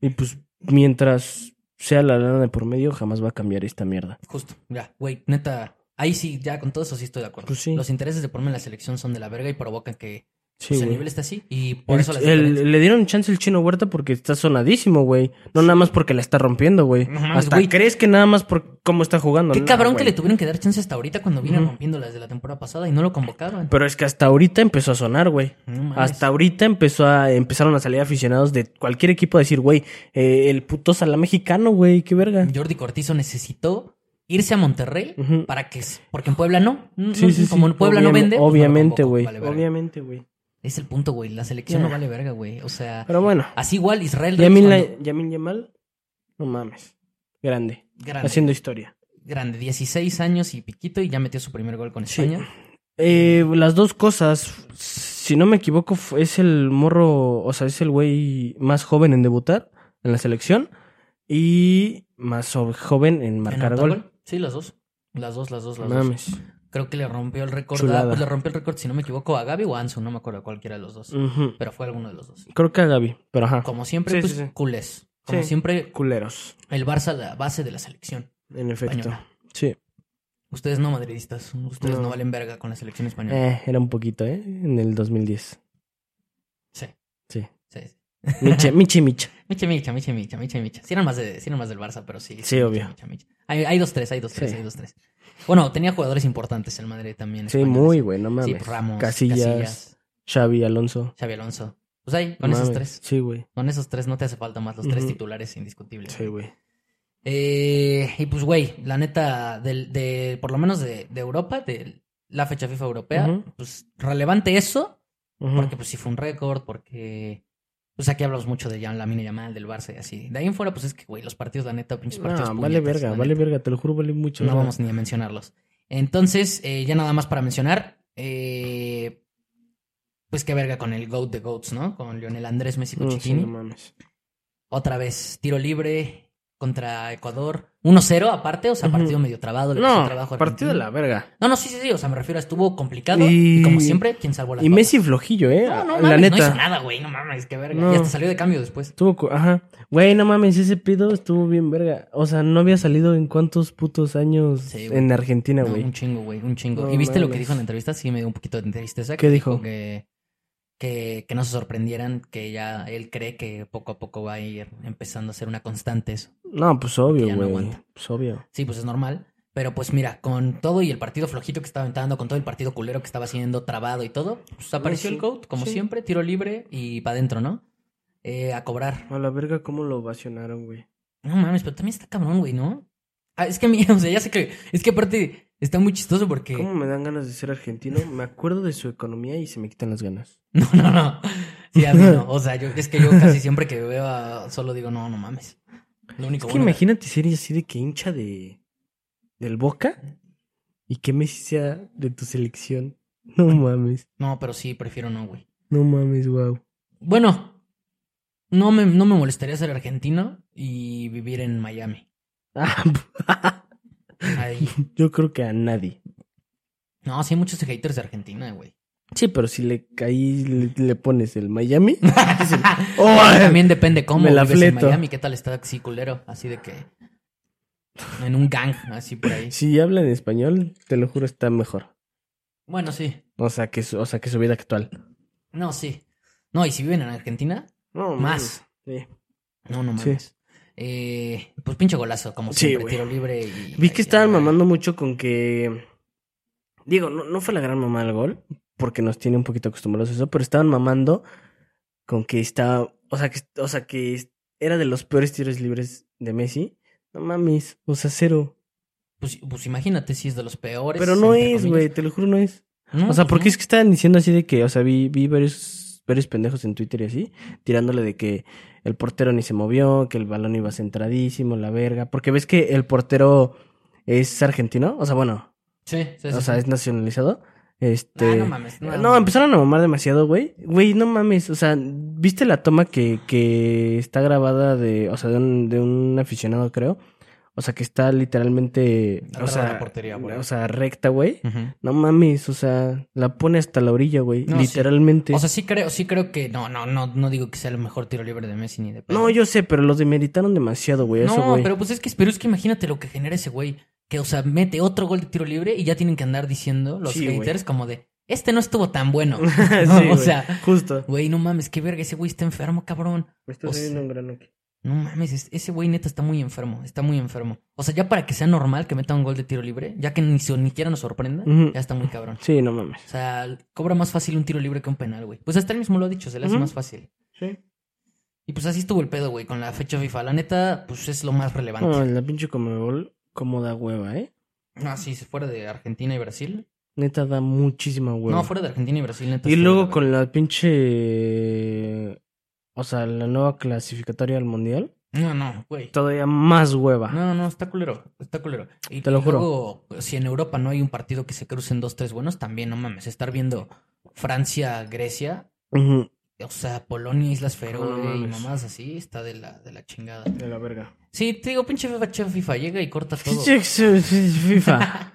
Speaker 2: Y pues mientras sea la lana de por medio, jamás va a cambiar esta mierda.
Speaker 1: Justo, ya, güey, neta. Ahí sí, ya con todo eso sí estoy de acuerdo.
Speaker 2: Pues sí.
Speaker 1: Los intereses de ponerme en la selección son de la verga y provocan que
Speaker 2: Sí,
Speaker 1: pues, el
Speaker 2: güey.
Speaker 1: nivel está así. Y por eso las
Speaker 2: Este, El-
Speaker 1: diferencias.
Speaker 2: le dieron chance al chino Huerta porque está sonadísimo, güey. No nada más porque la está rompiendo, güey.
Speaker 1: No mames,
Speaker 2: Hasta
Speaker 1: güey.
Speaker 2: crees que nada más por cómo está jugando.
Speaker 1: Qué
Speaker 2: No,
Speaker 1: cabrón que
Speaker 2: güey.
Speaker 1: le tuvieron que dar chance hasta ahorita cuando vienen
Speaker 2: Ujú.
Speaker 1: rompiendo las de la temporada pasada y no lo convocaron.
Speaker 2: Pero es que hasta ahorita empezó a sonar, güey.
Speaker 1: No mames.
Speaker 2: Hasta ahorita empezó a, empezaron a salir aficionados de cualquier equipo a decir, güey, eh, el puto Salá mexicano, güey, qué verga.
Speaker 1: Jordi Cortizo necesitó irse a Monterrey
Speaker 2: Ujú.
Speaker 1: para que. Porque en Puebla no. Mm,
Speaker 2: Sí,
Speaker 1: mm,
Speaker 2: sí, sí.
Speaker 1: Como en Puebla no
Speaker 2: Obviamente-
Speaker 1: vende. pues, no lo
Speaker 2: Obviamente,
Speaker 1: convocó,
Speaker 2: güey.
Speaker 1: vale verga.
Speaker 2: obviamente, güey.
Speaker 1: Es el punto, güey. La selección
Speaker 2: Ya.
Speaker 1: no vale verga, güey. O sea,
Speaker 2: Pero bueno.
Speaker 1: así igual Israel. Reyes
Speaker 2: Yamin, la-
Speaker 1: cuando-
Speaker 2: Yamin Yamal, no mames. Grande.
Speaker 1: grande,
Speaker 2: Haciendo historia.
Speaker 1: grande, 16 años y piquito y ya metió su primer gol con
Speaker 2: Sí.
Speaker 1: España.
Speaker 2: Eh, las dos cosas, si no me equivoco, fu- es el morro, o sea, es el güey más joven en debutar en la selección y más so- joven en marcar
Speaker 1: ¿En
Speaker 2: gol.
Speaker 1: autogol? Sí, las dos. Las dos, las dos, las dos.
Speaker 2: Mames.
Speaker 1: Creo que le rompió el récord.
Speaker 2: Chulada.
Speaker 1: ah, pues le rompió el récord, si no me equivoco, a Gaby o a Ansu, no me acuerdo cualquiera de los dos.
Speaker 2: Ujú.
Speaker 1: Pero fue alguno de los dos.
Speaker 2: Creo que a Gaby, pero ajá.
Speaker 1: Como siempre,
Speaker 2: Sí,
Speaker 1: pues
Speaker 2: sí, sí.
Speaker 1: culés. Como
Speaker 2: Sí.
Speaker 1: siempre,
Speaker 2: Culeros,
Speaker 1: el Barça la base de la selección.
Speaker 2: en efecto.
Speaker 1: Española.
Speaker 2: Sí.
Speaker 1: Ustedes no madridistas, ustedes no,
Speaker 2: No.
Speaker 1: valen verga con la selección española.
Speaker 2: Eh, era un poquito, ¿eh? En el 2010.
Speaker 1: Sí,
Speaker 2: Sí.
Speaker 1: sí. sí.
Speaker 2: Miche, miche, miche.
Speaker 1: Micha, micha, micha, micha, micha, micha. Sí eran más, de, sí eran más del Barça, pero sí.
Speaker 2: Sí,
Speaker 1: micha,
Speaker 2: obvio.
Speaker 1: micha, micha. Hay, hay dos, tres, hay dos, tres,
Speaker 2: Sí.
Speaker 1: hay dos, tres. Bueno, tenía jugadores importantes el Madrid también.
Speaker 2: Sí,
Speaker 1: españoles.
Speaker 2: muy güey, no
Speaker 1: Sí, pues,
Speaker 2: mames.
Speaker 1: Ramos,
Speaker 2: Casillas, Xavi, Alonso.
Speaker 1: Xavi Alonso. Pues ahí, con esos
Speaker 2: Mames.
Speaker 1: tres.
Speaker 2: Sí, güey.
Speaker 1: Con esos tres no te hace falta más, los tres
Speaker 2: Ujú.
Speaker 1: titulares indiscutibles.
Speaker 2: Sí, güey.
Speaker 1: Eh, y pues, güey, la neta, del- de, por lo menos de, de Europa, de la fecha FIFA europea,
Speaker 2: Ujú.
Speaker 1: pues relevante eso,
Speaker 2: Ujú.
Speaker 1: porque pues sí fue un récord, porque pues aquí hablamos mucho de Jan Lamine Yamal, del Barça y así. De ahí en fuera, pues es que, güey, los partidos, la neta, pinches partidos.
Speaker 2: No, vale
Speaker 1: puñetas,
Speaker 2: verga,
Speaker 1: la
Speaker 2: vale
Speaker 1: neta.
Speaker 2: verga, te lo juro, vale mucho.
Speaker 1: No
Speaker 2: verga.
Speaker 1: vamos ni a mencionarlos. Entonces, eh, ya nada más para mencionar, eh, pues qué verga con el GOAT de GOATs, ¿no? Con Lionel Andrés Messi
Speaker 2: No, Mm, sí,
Speaker 1: Cuchitini.
Speaker 2: no mames.
Speaker 1: Otra vez, tiro libre, contra Ecuador 1-0 aparte, o sea,
Speaker 2: Ujú.
Speaker 1: partido medio trabado, le costó
Speaker 2: No,
Speaker 1: trabajo a
Speaker 2: partido de
Speaker 1: Argentina.
Speaker 2: la verga.
Speaker 1: No, no, sí, sí, sí, o sea, me refiero, estuvo complicado y,
Speaker 2: Y-
Speaker 1: como siempre, quien salvó la
Speaker 2: Y Messi flojillo, ¿eh?
Speaker 1: No, no,
Speaker 2: la
Speaker 1: mames, no
Speaker 2: neta.
Speaker 1: hizo nada, güey, no mames, qué verga.
Speaker 2: No.
Speaker 1: Y hasta salió de cambio después.
Speaker 2: Estuvo, cu- ajá. Güey, no mames, ese pedo estuvo bien verga. O sea, no había salido en cuántos putos años
Speaker 1: Sí, güey.
Speaker 2: en Argentina,
Speaker 1: No,
Speaker 2: güey.
Speaker 1: un chingo, güey, un chingo.
Speaker 2: No
Speaker 1: ¿Y viste lo que
Speaker 2: mames.
Speaker 1: dijo en la entrevista? Sí, me dio un poquito de tristeza.
Speaker 2: ¿Qué dijo?
Speaker 1: Que, que, que no se sorprendieran, que ya él cree que poco a poco va a ir empezando a ser una constante eso.
Speaker 2: No, pues obvio,
Speaker 1: Ya no
Speaker 2: güey.
Speaker 1: aguanta.
Speaker 2: pues obvio.
Speaker 1: Sí, pues es normal. Pero pues mira, con todo y el partido flojito que estaba aventando, con todo el partido culero que estaba haciendo trabado y todo, pues apareció
Speaker 2: sí,
Speaker 1: el coach, como
Speaker 2: sí.
Speaker 1: siempre, tiro libre y para adentro, ¿no? Eh, a cobrar.
Speaker 2: A la verga, ¿cómo lo ovacionaron, güey?
Speaker 1: No mames, pero también está cabrón, güey, ¿no? Ah, es que, a mí- o sea, ya sé que, es que aparte está muy chistoso porque...
Speaker 2: ¿Cómo me dan ganas de ser argentino? Me acuerdo de su economía y se me quitan las ganas.
Speaker 1: No, no, no. Sí, a mí no. O sea, yo, es que yo casi siempre que veo a solo digo, no, no mames. Lo
Speaker 2: Es
Speaker 1: único
Speaker 2: que
Speaker 1: bueno.
Speaker 2: imagínate ser así de que hincha de... del Boca y que Messi sea de tu selección. No mames,
Speaker 1: No, pero sí, prefiero no, güey.
Speaker 2: no mames, wow.
Speaker 1: Bueno, no me, no me molestaría ser argentino y vivir en Miami. Ahí.
Speaker 2: Ah, yo creo que a nadie.
Speaker 1: No, sí hay muchos haters de Argentina, güey.
Speaker 2: Sí, pero si le ahí le, le pones el Miami. dicen, "Oh,
Speaker 1: También depende cómo
Speaker 2: Me la
Speaker 1: vives en
Speaker 2: fleto.
Speaker 1: Miami, qué tal está así culero, así de que en un gang, así por ahí.
Speaker 2: Si habla en español, te lo juro, está mejor.
Speaker 1: Bueno, sí.
Speaker 2: O sea, que su, o sea, que su vida actual.
Speaker 1: No, sí. No, y si viven en Argentina,
Speaker 2: No,
Speaker 1: Más.
Speaker 2: mames.
Speaker 1: No, no
Speaker 2: Sí.
Speaker 1: mames. Eh, pues pinche golazo, como
Speaker 2: Sí,
Speaker 1: siempre,
Speaker 2: güey.
Speaker 1: tiro libre y...
Speaker 2: Vi que
Speaker 1: y-
Speaker 2: estaban mamando mucho con que. Digo, no, no fue la gran mamá del gol, porque nos tiene un poquito acostumbrados a eso, pero estaban mamando con que estaba. O sea, que, o sea, que era de los peores tiros libres de Messi. No mames, o sea, cero.
Speaker 1: Pues, pues imagínate si es de los peores.
Speaker 2: Pero no
Speaker 1: entre
Speaker 2: es,
Speaker 1: comillas.
Speaker 2: güey, te lo juro, no es.
Speaker 1: No,
Speaker 2: O sea,
Speaker 1: pues
Speaker 2: porque
Speaker 1: no.
Speaker 2: es que estaban diciendo así de que, o sea, vi, vi varios, varios pendejos en Twitter y así, tirándole de que el portero ni se movió, que el balón iba centradísimo, la verga. Porque ves que el portero es argentino, o sea, bueno,
Speaker 1: Sí, sí, sí,
Speaker 2: o sea,
Speaker 1: sí.
Speaker 2: es nacionalizado. Este.
Speaker 1: Ah, no mames. No,
Speaker 2: No, empezaron a mamar demasiado, güey. Güey, no mames. O sea, ¿viste la toma que, que está grabada de, o sea, de un, de un aficionado, creo? O sea, que está literalmente, o
Speaker 1: Atrás de la
Speaker 2: sea,
Speaker 1: portería, güey.
Speaker 2: o sea, recta, güey.
Speaker 1: Ujú.
Speaker 2: No mames, o sea, la pone hasta la orilla, güey.
Speaker 1: No, sí.
Speaker 2: literalmente.
Speaker 1: O sea, sí creo, sí creo que... No, no, no, no digo que sea el mejor tiro libre de Messi ni de pedo.
Speaker 2: no, yo sé, pero los demeritaron demasiado, güey. a eso,
Speaker 1: No,
Speaker 2: güey.
Speaker 1: pero pues es que, pero es que imagínate lo que genera ese güey. Que, o sea, mete otro gol de tiro libre y ya tienen que andar diciendo los
Speaker 2: Sí, güey.
Speaker 1: haters como de... Este no estuvo tan bueno.
Speaker 2: Sí,
Speaker 1: o
Speaker 2: güey,
Speaker 1: sea-
Speaker 2: Justo.
Speaker 1: Güey, no mames, qué verga, ese güey está enfermo, cabrón.
Speaker 2: Me está
Speaker 1: o sea-
Speaker 2: saliendo un grano aquí.
Speaker 1: No mames, es- ese güey neta está muy enfermo, está muy enfermo. O sea, ya para que sea normal que meta un gol de tiro libre, ya que ni so- ni siquiera nos sorprenda,
Speaker 2: Ujú.
Speaker 1: ya está muy cabrón.
Speaker 2: Sí, no mames.
Speaker 1: O sea, cobra más fácil un tiro libre que un penal, güey. Pues hasta él mismo lo ha dicho, se le hace
Speaker 2: Ujú.
Speaker 1: más fácil.
Speaker 2: Sí.
Speaker 1: Y pues así estuvo el pedo, güey, con la fecha FIFA. La neta, pues es lo más relevante.
Speaker 2: No, la pinche comebol, como da hueva, ¿eh?
Speaker 1: No, Ah, sí, si fuera de Argentina y Brasil.
Speaker 2: Neta da muchísima hueva.
Speaker 1: No, fuera de Argentina y Brasil, neta.
Speaker 2: Y
Speaker 1: estuvo
Speaker 2: luego
Speaker 1: la
Speaker 2: con la pinche. O sea, la nueva clasificatoria al mundial.
Speaker 1: verga. No, no, güey.
Speaker 2: Todavía más hueva.
Speaker 1: No, no, está culero, está culero. Y
Speaker 2: Te lo
Speaker 1: y
Speaker 2: juro.
Speaker 1: luego, si en Europa no hay un partido que se crucen dos, tres buenos, también no mames. Estar viendo Francia, Grecia,
Speaker 2: Ujú.
Speaker 1: o sea, Polonia, Islas Feroe
Speaker 2: Ah, No
Speaker 1: y
Speaker 2: mames.
Speaker 1: mamás así, está de la, de la chingada.
Speaker 2: De la verga.
Speaker 1: Sí, te digo, pinche FIFA, che, FIFA llega y corta todo.
Speaker 2: Pinche FIFA.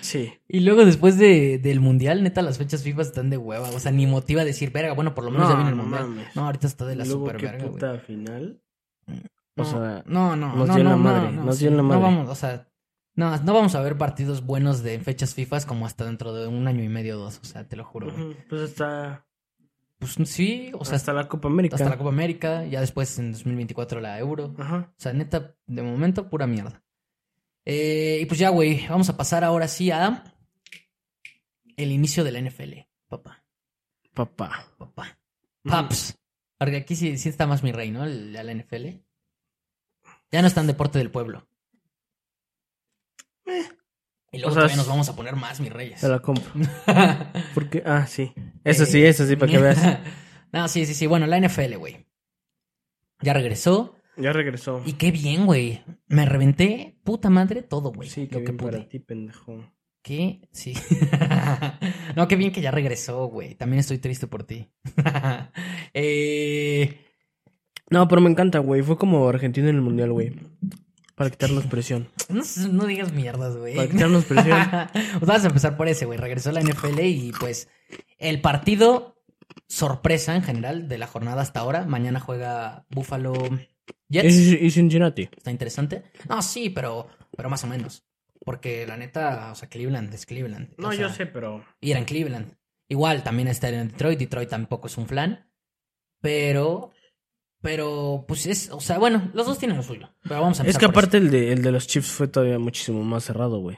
Speaker 2: sí.
Speaker 1: y luego después de, del mundial, neta, las fechas FIFA están de hueva. O sea, ni motiva a decir, verga, bueno, por lo menos
Speaker 2: No,
Speaker 1: ya viene el
Speaker 2: no
Speaker 1: mundial.
Speaker 2: mames.
Speaker 1: No, ahorita está de la
Speaker 2: Y luego,
Speaker 1: super
Speaker 2: qué
Speaker 1: verga, güey.
Speaker 2: puta final.
Speaker 1: No,
Speaker 2: O sea,
Speaker 1: no, no,
Speaker 2: nos
Speaker 1: no,
Speaker 2: dio en
Speaker 1: no,
Speaker 2: la
Speaker 1: no,
Speaker 2: madre,
Speaker 1: no,
Speaker 2: nos dio en la
Speaker 1: No
Speaker 2: madre.
Speaker 1: vamos, o sea, no, no vamos a ver partidos buenos de fechas FIFA como hasta dentro de un año y medio o dos, o sea, te lo juro. güey.
Speaker 2: Ujú, Pues hasta,
Speaker 1: Pues sí, o sea, hasta,
Speaker 2: hasta la Copa América.
Speaker 1: la Copa América, ya después en 2024 la Euro.
Speaker 2: Ajá.
Speaker 1: O sea, neta, de momento, pura mierda. Eh, y pues ya, güey, vamos a pasar ahora sí a el inicio de la NFL, papá,
Speaker 2: Papá.
Speaker 1: papá.
Speaker 2: Ujú.
Speaker 1: Paps. Porque aquí sí, sí está más mi rey, ¿no? El- La, NFL. Ya no es tan deporte del pueblo. Y luego
Speaker 2: Eh. O sea,
Speaker 1: todavía
Speaker 2: es-
Speaker 1: nos vamos a poner más mis reyes.
Speaker 2: Te la compro. Porque, ah, sí. Eso sí,
Speaker 1: Eh,
Speaker 2: eso sí, para que veas.
Speaker 1: no, sí, sí, sí. Bueno, la NFL, güey. Ya regresó.
Speaker 2: Ya regresó.
Speaker 1: Y qué bien, güey. Me reventé, puta madre, todo, güey.
Speaker 2: Sí,
Speaker 1: lo
Speaker 2: que
Speaker 1: que
Speaker 2: bien
Speaker 1: pude.
Speaker 2: para ti, pendejo.
Speaker 1: ¿Qué? Sí. no, qué bien que ya regresó, güey. También estoy triste por ti. Eh,
Speaker 2: No, pero me encanta, güey. Fue como Argentina en el Mundial, güey. Para quitarnos presión.
Speaker 1: No, s- no digas mierdas, güey.
Speaker 2: Para quitarnos presión.
Speaker 1: Pues vamos a empezar por ese, güey. Regresó la NFL y pues el partido sorpresa en general de la jornada hasta ahora. Mañana juega Buffalo Jets.
Speaker 2: Es y Cincinnati.
Speaker 1: Está interesante. No, sí, pero, pero más o menos. Porque la neta, o sea, Cleveland es Cleveland. O sea,
Speaker 2: pero.
Speaker 1: Y era en Cleveland. Igual también está en Detroit. Detroit tampoco es un flan. Pero. Pero, pues es. O sea, bueno, los dos tienen lo suyo. Pero vamos a
Speaker 2: Es
Speaker 1: empezar.
Speaker 2: que
Speaker 1: por este. eso.
Speaker 2: aparte el de, el de los Chiefs fue todavía muchísimo más cerrado, güey.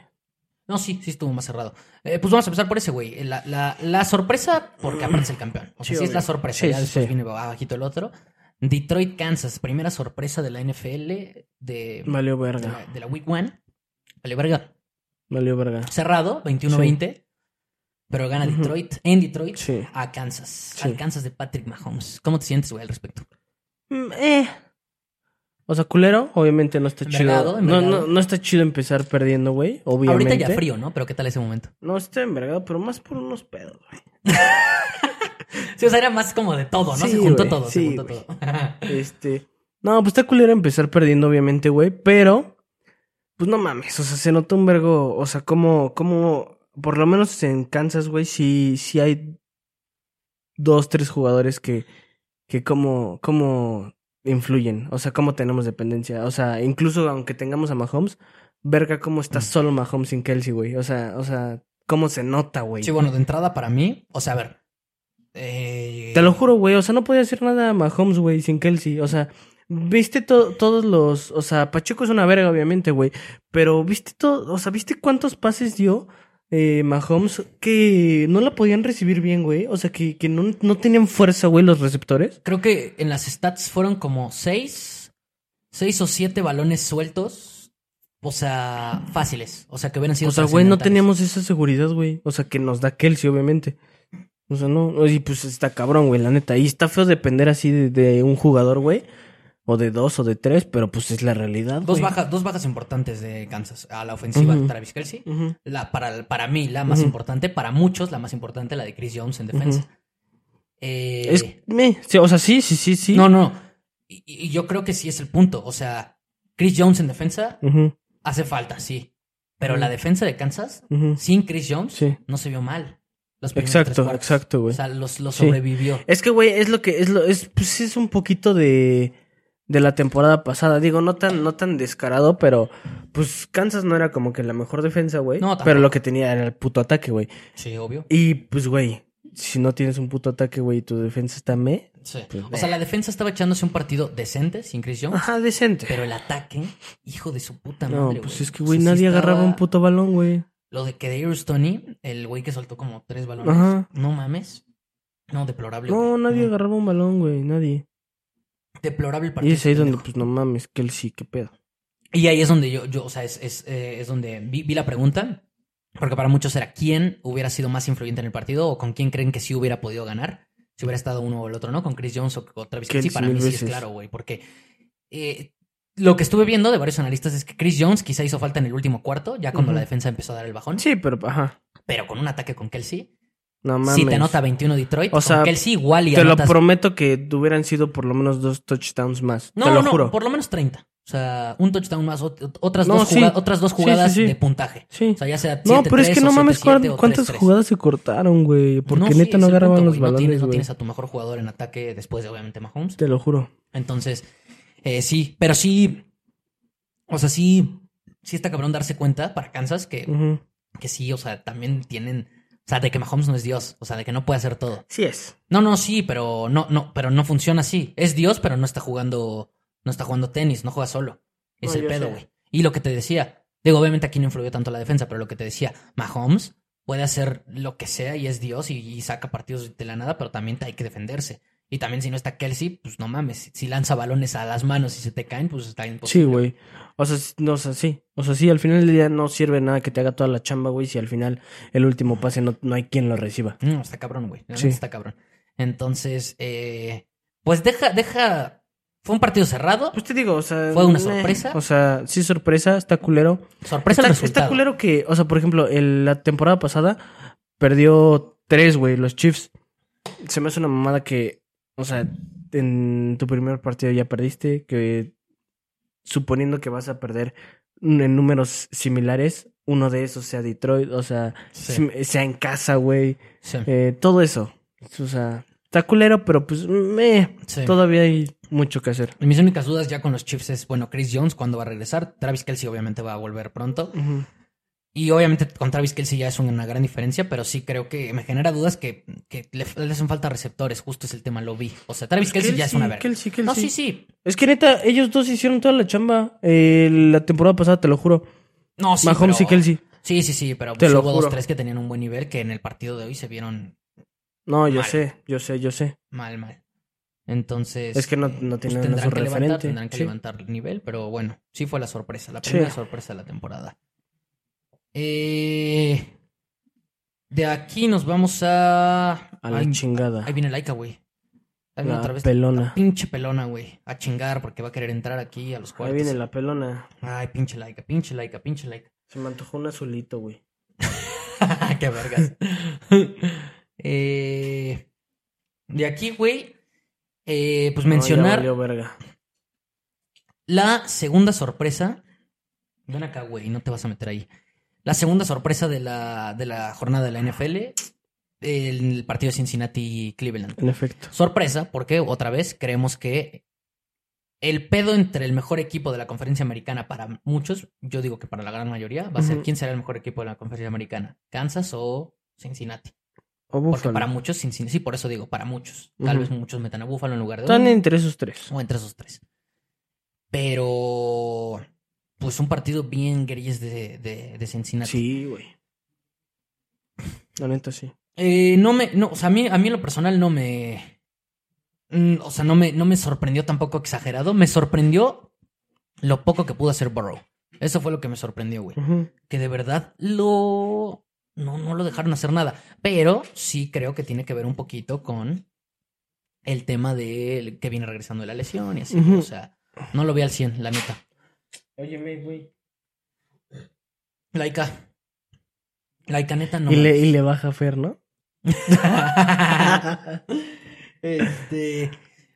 Speaker 1: No, sí, sí estuvo más cerrado. Eh, pues vamos a empezar por ese, güey. La, la, la sorpresa, porque aparte es el campeón. O sea,
Speaker 2: Sí,
Speaker 1: sí, es
Speaker 2: obvio.
Speaker 1: la sorpresa.
Speaker 2: Sí,
Speaker 1: ya
Speaker 2: sí,
Speaker 1: después
Speaker 2: sí.
Speaker 1: viene abajito el otro. Detroit, Kansas. Primera sorpresa de la NFL de,
Speaker 2: Valió
Speaker 1: de, la,
Speaker 2: verga.
Speaker 1: de la Week One. Vale, verga.
Speaker 2: Valió verga.
Speaker 1: cerrado, 21-20. Pero gana
Speaker 2: Ujú.
Speaker 1: Detroit, en Detroit,
Speaker 2: Sí.
Speaker 1: a Kansas.
Speaker 2: Sí.
Speaker 1: Al Kansas de Patrick Mahomes. ¿Cómo te sientes, güey, al respecto?
Speaker 2: Mm, eh. O sea, culero, obviamente no está
Speaker 1: Envergado,
Speaker 2: chido.
Speaker 1: envergado.
Speaker 2: No, no, no está chido empezar perdiendo, güey. Obviamente.
Speaker 1: Ahorita ya frío, ¿no? Pero ¿qué tal ese momento?
Speaker 2: No, está envergado, pero más por unos pedos, güey.
Speaker 1: Sí, o sea, era más como de todo, ¿no?
Speaker 2: Sí,
Speaker 1: se juntó
Speaker 2: güey,
Speaker 1: todo, se
Speaker 2: sí,
Speaker 1: juntó
Speaker 2: güey.
Speaker 1: todo.
Speaker 2: Este. No, pues está culero empezar perdiendo, obviamente, güey. Pero. Pues no mames. O sea, se nota un vergo. O sea, como. como por lo menos en Kansas, güey, sí, sí hay dos, tres jugadores que. que como. como influyen. O sea, cómo tenemos dependencia. O sea, incluso aunque tengamos a Mahomes, verga cómo está solo Mahomes sin Kelsey, güey. O sea, o sea, cómo se nota, güey.
Speaker 1: sí, bueno, de entrada para mí, o sea, a ver. eh,
Speaker 2: Te lo juro, güey. O sea, no podía hacer nada Mahomes, güey, sin Kelsey. O sea, viste to- todos los. O sea, Pacheco es una verga, obviamente, güey. Pero viste todo. O sea, viste cuántos pases dio eh, Mahomes que no la podían recibir bien, güey. O sea, que, que no, no tenían fuerza, güey, los receptores.
Speaker 1: Creo que en las stats fueron como seis, seis o siete balones sueltos. O sea, fáciles. O sea, que hubieran sido
Speaker 2: O sea, güey, no
Speaker 1: trascendentales.
Speaker 2: teníamos esa seguridad, güey. O sea, que nos da Kelsey, obviamente. O sea, no. Y pues está cabrón, güey, la neta. Y está feo depender así de, de un jugador, güey. O de dos o de tres, pero pues es la realidad.
Speaker 1: Dos
Speaker 2: güey.
Speaker 1: bajas, dos bajas importantes de Kansas. A la ofensiva,
Speaker 2: Ujú.
Speaker 1: Travis Kelsey.
Speaker 2: Ujú.
Speaker 1: La, para, para mí, la más
Speaker 2: Ujú.
Speaker 1: importante. Para muchos, la más importante, la de Chris Jones en defensa.
Speaker 2: Ujú.
Speaker 1: Eh,
Speaker 2: Es, me, sí, o sea, sí, sí, sí, sí.
Speaker 1: No, no. Y, y yo creo que sí es el punto. O sea, Chris Jones en defensa
Speaker 2: Ujú,
Speaker 1: hace falta, sí. Pero
Speaker 2: Ujú.
Speaker 1: la defensa de Kansas,
Speaker 2: ujú.
Speaker 1: sin Chris Jones,
Speaker 2: Sí.
Speaker 1: no se vio mal. Los primeros tres
Speaker 2: Exacto,
Speaker 1: cuartos.
Speaker 2: exacto,
Speaker 1: O
Speaker 2: güey.
Speaker 1: sea, los, los
Speaker 2: Sí.
Speaker 1: sobrevivió.
Speaker 2: Es que, güey, es lo que, es lo, es, pues es un poquito de, de la temporada pasada. Digo, no tan, no tan descarado, pero, pues Kansas no era como que la mejor defensa, güey.
Speaker 1: No,
Speaker 2: pero
Speaker 1: tampoco.
Speaker 2: lo que tenía era el puto ataque, güey.
Speaker 1: Sí, obvio.
Speaker 2: Y, pues, güey, si no tienes un puto ataque, güey, y tu defensa está me.
Speaker 1: Sí.
Speaker 2: Pues,
Speaker 1: O sea, la defensa estaba echándose un partido decente sin Chris Jones.
Speaker 2: Ajá, decente.
Speaker 1: Pero el ataque, hijo de su puta
Speaker 2: Ah, No,
Speaker 1: madre.
Speaker 2: pues
Speaker 1: güey.
Speaker 2: es que,
Speaker 1: O
Speaker 2: güey,
Speaker 1: sea, sí
Speaker 2: nadie agarraba
Speaker 1: estaba-
Speaker 2: un puto balón, güey.
Speaker 1: Lo de que Darius Tony, el güey que soltó como tres balones.
Speaker 2: Ajá.
Speaker 1: No mames. No, deplorable.
Speaker 2: No,
Speaker 1: güey.
Speaker 2: nadie
Speaker 1: Mm.
Speaker 2: agarraba un balón, güey, nadie.
Speaker 1: Deplorable el partido.
Speaker 2: Y es ahí
Speaker 1: pendejo.
Speaker 2: donde, pues, no mames, Kelsey, qué pedo.
Speaker 1: Y ahí es donde yo, yo o sea, es, es, eh, es donde vi, vi la pregunta. Porque para muchos era quién hubiera sido más influyente en el partido o con quién creen que sí hubiera podido ganar. Si hubiera estado uno o el otro, ¿no? Con Chris Jones o, o Travis Kelsey.
Speaker 2: Kelsey,
Speaker 1: Para mí
Speaker 2: mil
Speaker 1: sí
Speaker 2: veces.
Speaker 1: es claro, güey. Porque eh, lo que estuve viendo de varios analistas es que Chris Jones quizá hizo falta en el último cuarto, ya cuando
Speaker 2: Ujú.
Speaker 1: la defensa empezó a dar el bajón.
Speaker 2: Sí, pero, ajá.
Speaker 1: Pero con un ataque con Kelsey,
Speaker 2: No mames.
Speaker 1: si te anota 21 Detroit,
Speaker 2: O sea,
Speaker 1: con Kelsey igual y
Speaker 2: Te lo
Speaker 1: anotas
Speaker 2: prometo que hubieran sido por lo menos dos touchdowns más.
Speaker 1: No,
Speaker 2: te lo
Speaker 1: no,
Speaker 2: juro.
Speaker 1: por lo menos 30. O sea, un touchdown más, ot- otras,
Speaker 2: No,
Speaker 1: dos,
Speaker 2: sí.
Speaker 1: juga- otras dos
Speaker 2: Sí, sí,
Speaker 1: jugadas
Speaker 2: sí.
Speaker 1: de puntaje.
Speaker 2: Sí.
Speaker 1: O sea, ya sea
Speaker 2: no,
Speaker 1: 7-3
Speaker 2: pero es que
Speaker 1: o
Speaker 2: no mames
Speaker 1: 7-7
Speaker 2: cuán-
Speaker 1: o
Speaker 2: cuántas
Speaker 1: 3-3.
Speaker 2: jugadas se cortaron, güey. Porque
Speaker 1: No, sí,
Speaker 2: neta
Speaker 1: es
Speaker 2: no
Speaker 1: el
Speaker 2: agarraban
Speaker 1: punto,
Speaker 2: los
Speaker 1: güey. No
Speaker 2: balones,
Speaker 1: tienes, no
Speaker 2: güey.
Speaker 1: tienes a tu mejor jugador en ataque después de, obviamente, Mahomes.
Speaker 2: Te lo juro.
Speaker 1: Entonces, eh, sí, pero sí. O sea, sí. Sí está cabrón darse cuenta para Kansas que,
Speaker 2: Ujú.
Speaker 1: que sí, o sea, también tienen. O sea, de que Mahomes no es Dios. O sea, de que no puede hacer todo.
Speaker 2: Sí es.
Speaker 1: No, no, sí, pero no, no, pero no funciona así. Es Dios, pero no está jugando, no está jugando tenis, no juega solo. Es
Speaker 2: No,
Speaker 1: el
Speaker 2: yo
Speaker 1: pedo,
Speaker 2: sé.
Speaker 1: güey. Y lo que te decía, digo, obviamente aquí no influyó tanto la defensa, pero lo que te decía, Mahomes puede hacer lo que sea y es Dios y, y saca partidos de la nada, pero también hay que defenderse. Y también si no está Kelsey, pues no mames, si- si lanza balones a las manos y se te caen, pues está
Speaker 2: Sí,
Speaker 1: imposible.
Speaker 2: güey. O sea, s- no, o sea, sí. O sea, sí, al final del día no sirve nada que te haga toda la chamba, güey. Si al final el último pase no, no hay quien lo reciba.
Speaker 1: No, Mm, está cabrón, güey. La
Speaker 2: Sí.
Speaker 1: neta está cabrón. Entonces, eh, pues deja, deja. Fue un partido cerrado.
Speaker 2: Pues te digo, o sea.
Speaker 1: Fue una
Speaker 2: meh.
Speaker 1: sorpresa.
Speaker 2: O sea, sí, sorpresa. Está culero.
Speaker 1: Sorpresa el
Speaker 2: está,
Speaker 1: resultado.
Speaker 2: está culero que, o sea, por ejemplo, el- la temporada pasada perdió tres, güey, los Chiefs. Se me hace una mamada que, o sea, en tu primer partido ya perdiste, que suponiendo que vas a perder en números similares, uno de esos sea Detroit, o sea,
Speaker 1: Sí.
Speaker 2: sea en casa, güey,
Speaker 1: sí,
Speaker 2: eh, todo eso. O sea, está culero, pero pues meh,
Speaker 1: sí.
Speaker 2: todavía hay mucho que hacer.
Speaker 1: Y mis únicas dudas ya con los Chiefs es, bueno, Chris Jones, ¿cuándo va a regresar? Travis Kelsey obviamente va a volver pronto.
Speaker 2: Ujú.
Speaker 1: Y obviamente con Travis Kelsey ya es una gran diferencia, pero sí creo que me genera dudas que, que le, le hacen falta receptores, justo es el tema, lo vi. O sea,
Speaker 2: Pues
Speaker 1: Travis Kelsey, ya es una verga.
Speaker 2: Kelsey, Kelsey.
Speaker 1: No, sí, sí.
Speaker 2: Es que neta, ellos dos hicieron toda la chamba eh, la temporada pasada, te lo juro.
Speaker 1: No, sí.
Speaker 2: Mahomes
Speaker 1: pero-
Speaker 2: y Kelsey.
Speaker 1: Sí, sí, sí, pero
Speaker 2: Te
Speaker 1: pues,
Speaker 2: lo
Speaker 1: hubo
Speaker 2: juro.
Speaker 1: dos, tres que tenían un buen nivel que en el partido de hoy se vieron
Speaker 2: No, yo
Speaker 1: Mal.
Speaker 2: sé, yo sé, yo sé.
Speaker 1: mal, mal. Entonces.
Speaker 2: Es que no- no
Speaker 1: eh, pues
Speaker 2: tienen a
Speaker 1: tendrán
Speaker 2: su
Speaker 1: que Levantar,
Speaker 2: referente,
Speaker 1: tendrán que
Speaker 2: sí.
Speaker 1: levantar el nivel, pero bueno, sí fue la sorpresa, la
Speaker 2: Sí.
Speaker 1: primera sorpresa de la temporada. Eh, de aquí nos vamos a.
Speaker 2: A la
Speaker 1: Ay,
Speaker 2: chingada.
Speaker 1: Ahí viene Laika, güey. Ahí viene
Speaker 2: la
Speaker 1: otra vez.
Speaker 2: pelona.
Speaker 1: Pinche pelona, güey. A chingar porque va a querer entrar aquí a los
Speaker 2: Ahí
Speaker 1: cuartos.
Speaker 2: viene la pelona.
Speaker 1: Ay, pinche Laika, pinche Laika, pinche Laika.
Speaker 2: Se me antojó un azulito, güey.
Speaker 1: Qué vergas. Eh, de aquí, güey, eh, pues
Speaker 2: No, ya
Speaker 1: mencionar
Speaker 2: valió verga.
Speaker 1: la segunda sorpresa. Ven acá, güey, no te vas a meter ahí. La segunda sorpresa de la, de la jornada de la NFL, el partido Cincinnati-Cleveland.
Speaker 2: En efecto.
Speaker 1: Sorpresa, porque otra vez creemos que el pedo entre el mejor equipo de la conferencia americana para muchos, yo digo que para la gran mayoría, va a ser
Speaker 2: Ujú.
Speaker 1: quién será el mejor equipo de la conferencia americana, Kansas o Cincinnati.
Speaker 2: O
Speaker 1: Porque
Speaker 2: Búfalo.
Speaker 1: para muchos, sin, sin- sí, por eso digo, para muchos. Tal
Speaker 2: Ujú.
Speaker 1: vez muchos metan a Búfalo en lugar de
Speaker 2: Están
Speaker 1: uno,
Speaker 2: entre esos tres.
Speaker 1: o entre esos tres. Pero, pues un partido bien gris de, de, de Cincinnati.
Speaker 2: Sí, güey. La neta, sí.
Speaker 1: Eh, no me, no, o sea, a mí, a mí en lo personal no me, mm, o sea, no me, no me sorprendió tampoco exagerado. Me sorprendió lo poco que pudo hacer Burrow. Eso fue lo que me sorprendió, güey.
Speaker 2: Ujú.
Speaker 1: que de verdad lo... No, no lo dejaron hacer nada. Pero sí creo que tiene que ver un poquito con el tema de que viene regresando de la lesión y así.
Speaker 2: Ujú.
Speaker 1: O sea, no lo vi al 100, la neta.
Speaker 2: Óyeme, güey.
Speaker 1: Laika. Laika, neta, no.
Speaker 2: y, le,
Speaker 1: mames.
Speaker 2: y le baja Fer, ¿no?
Speaker 1: este...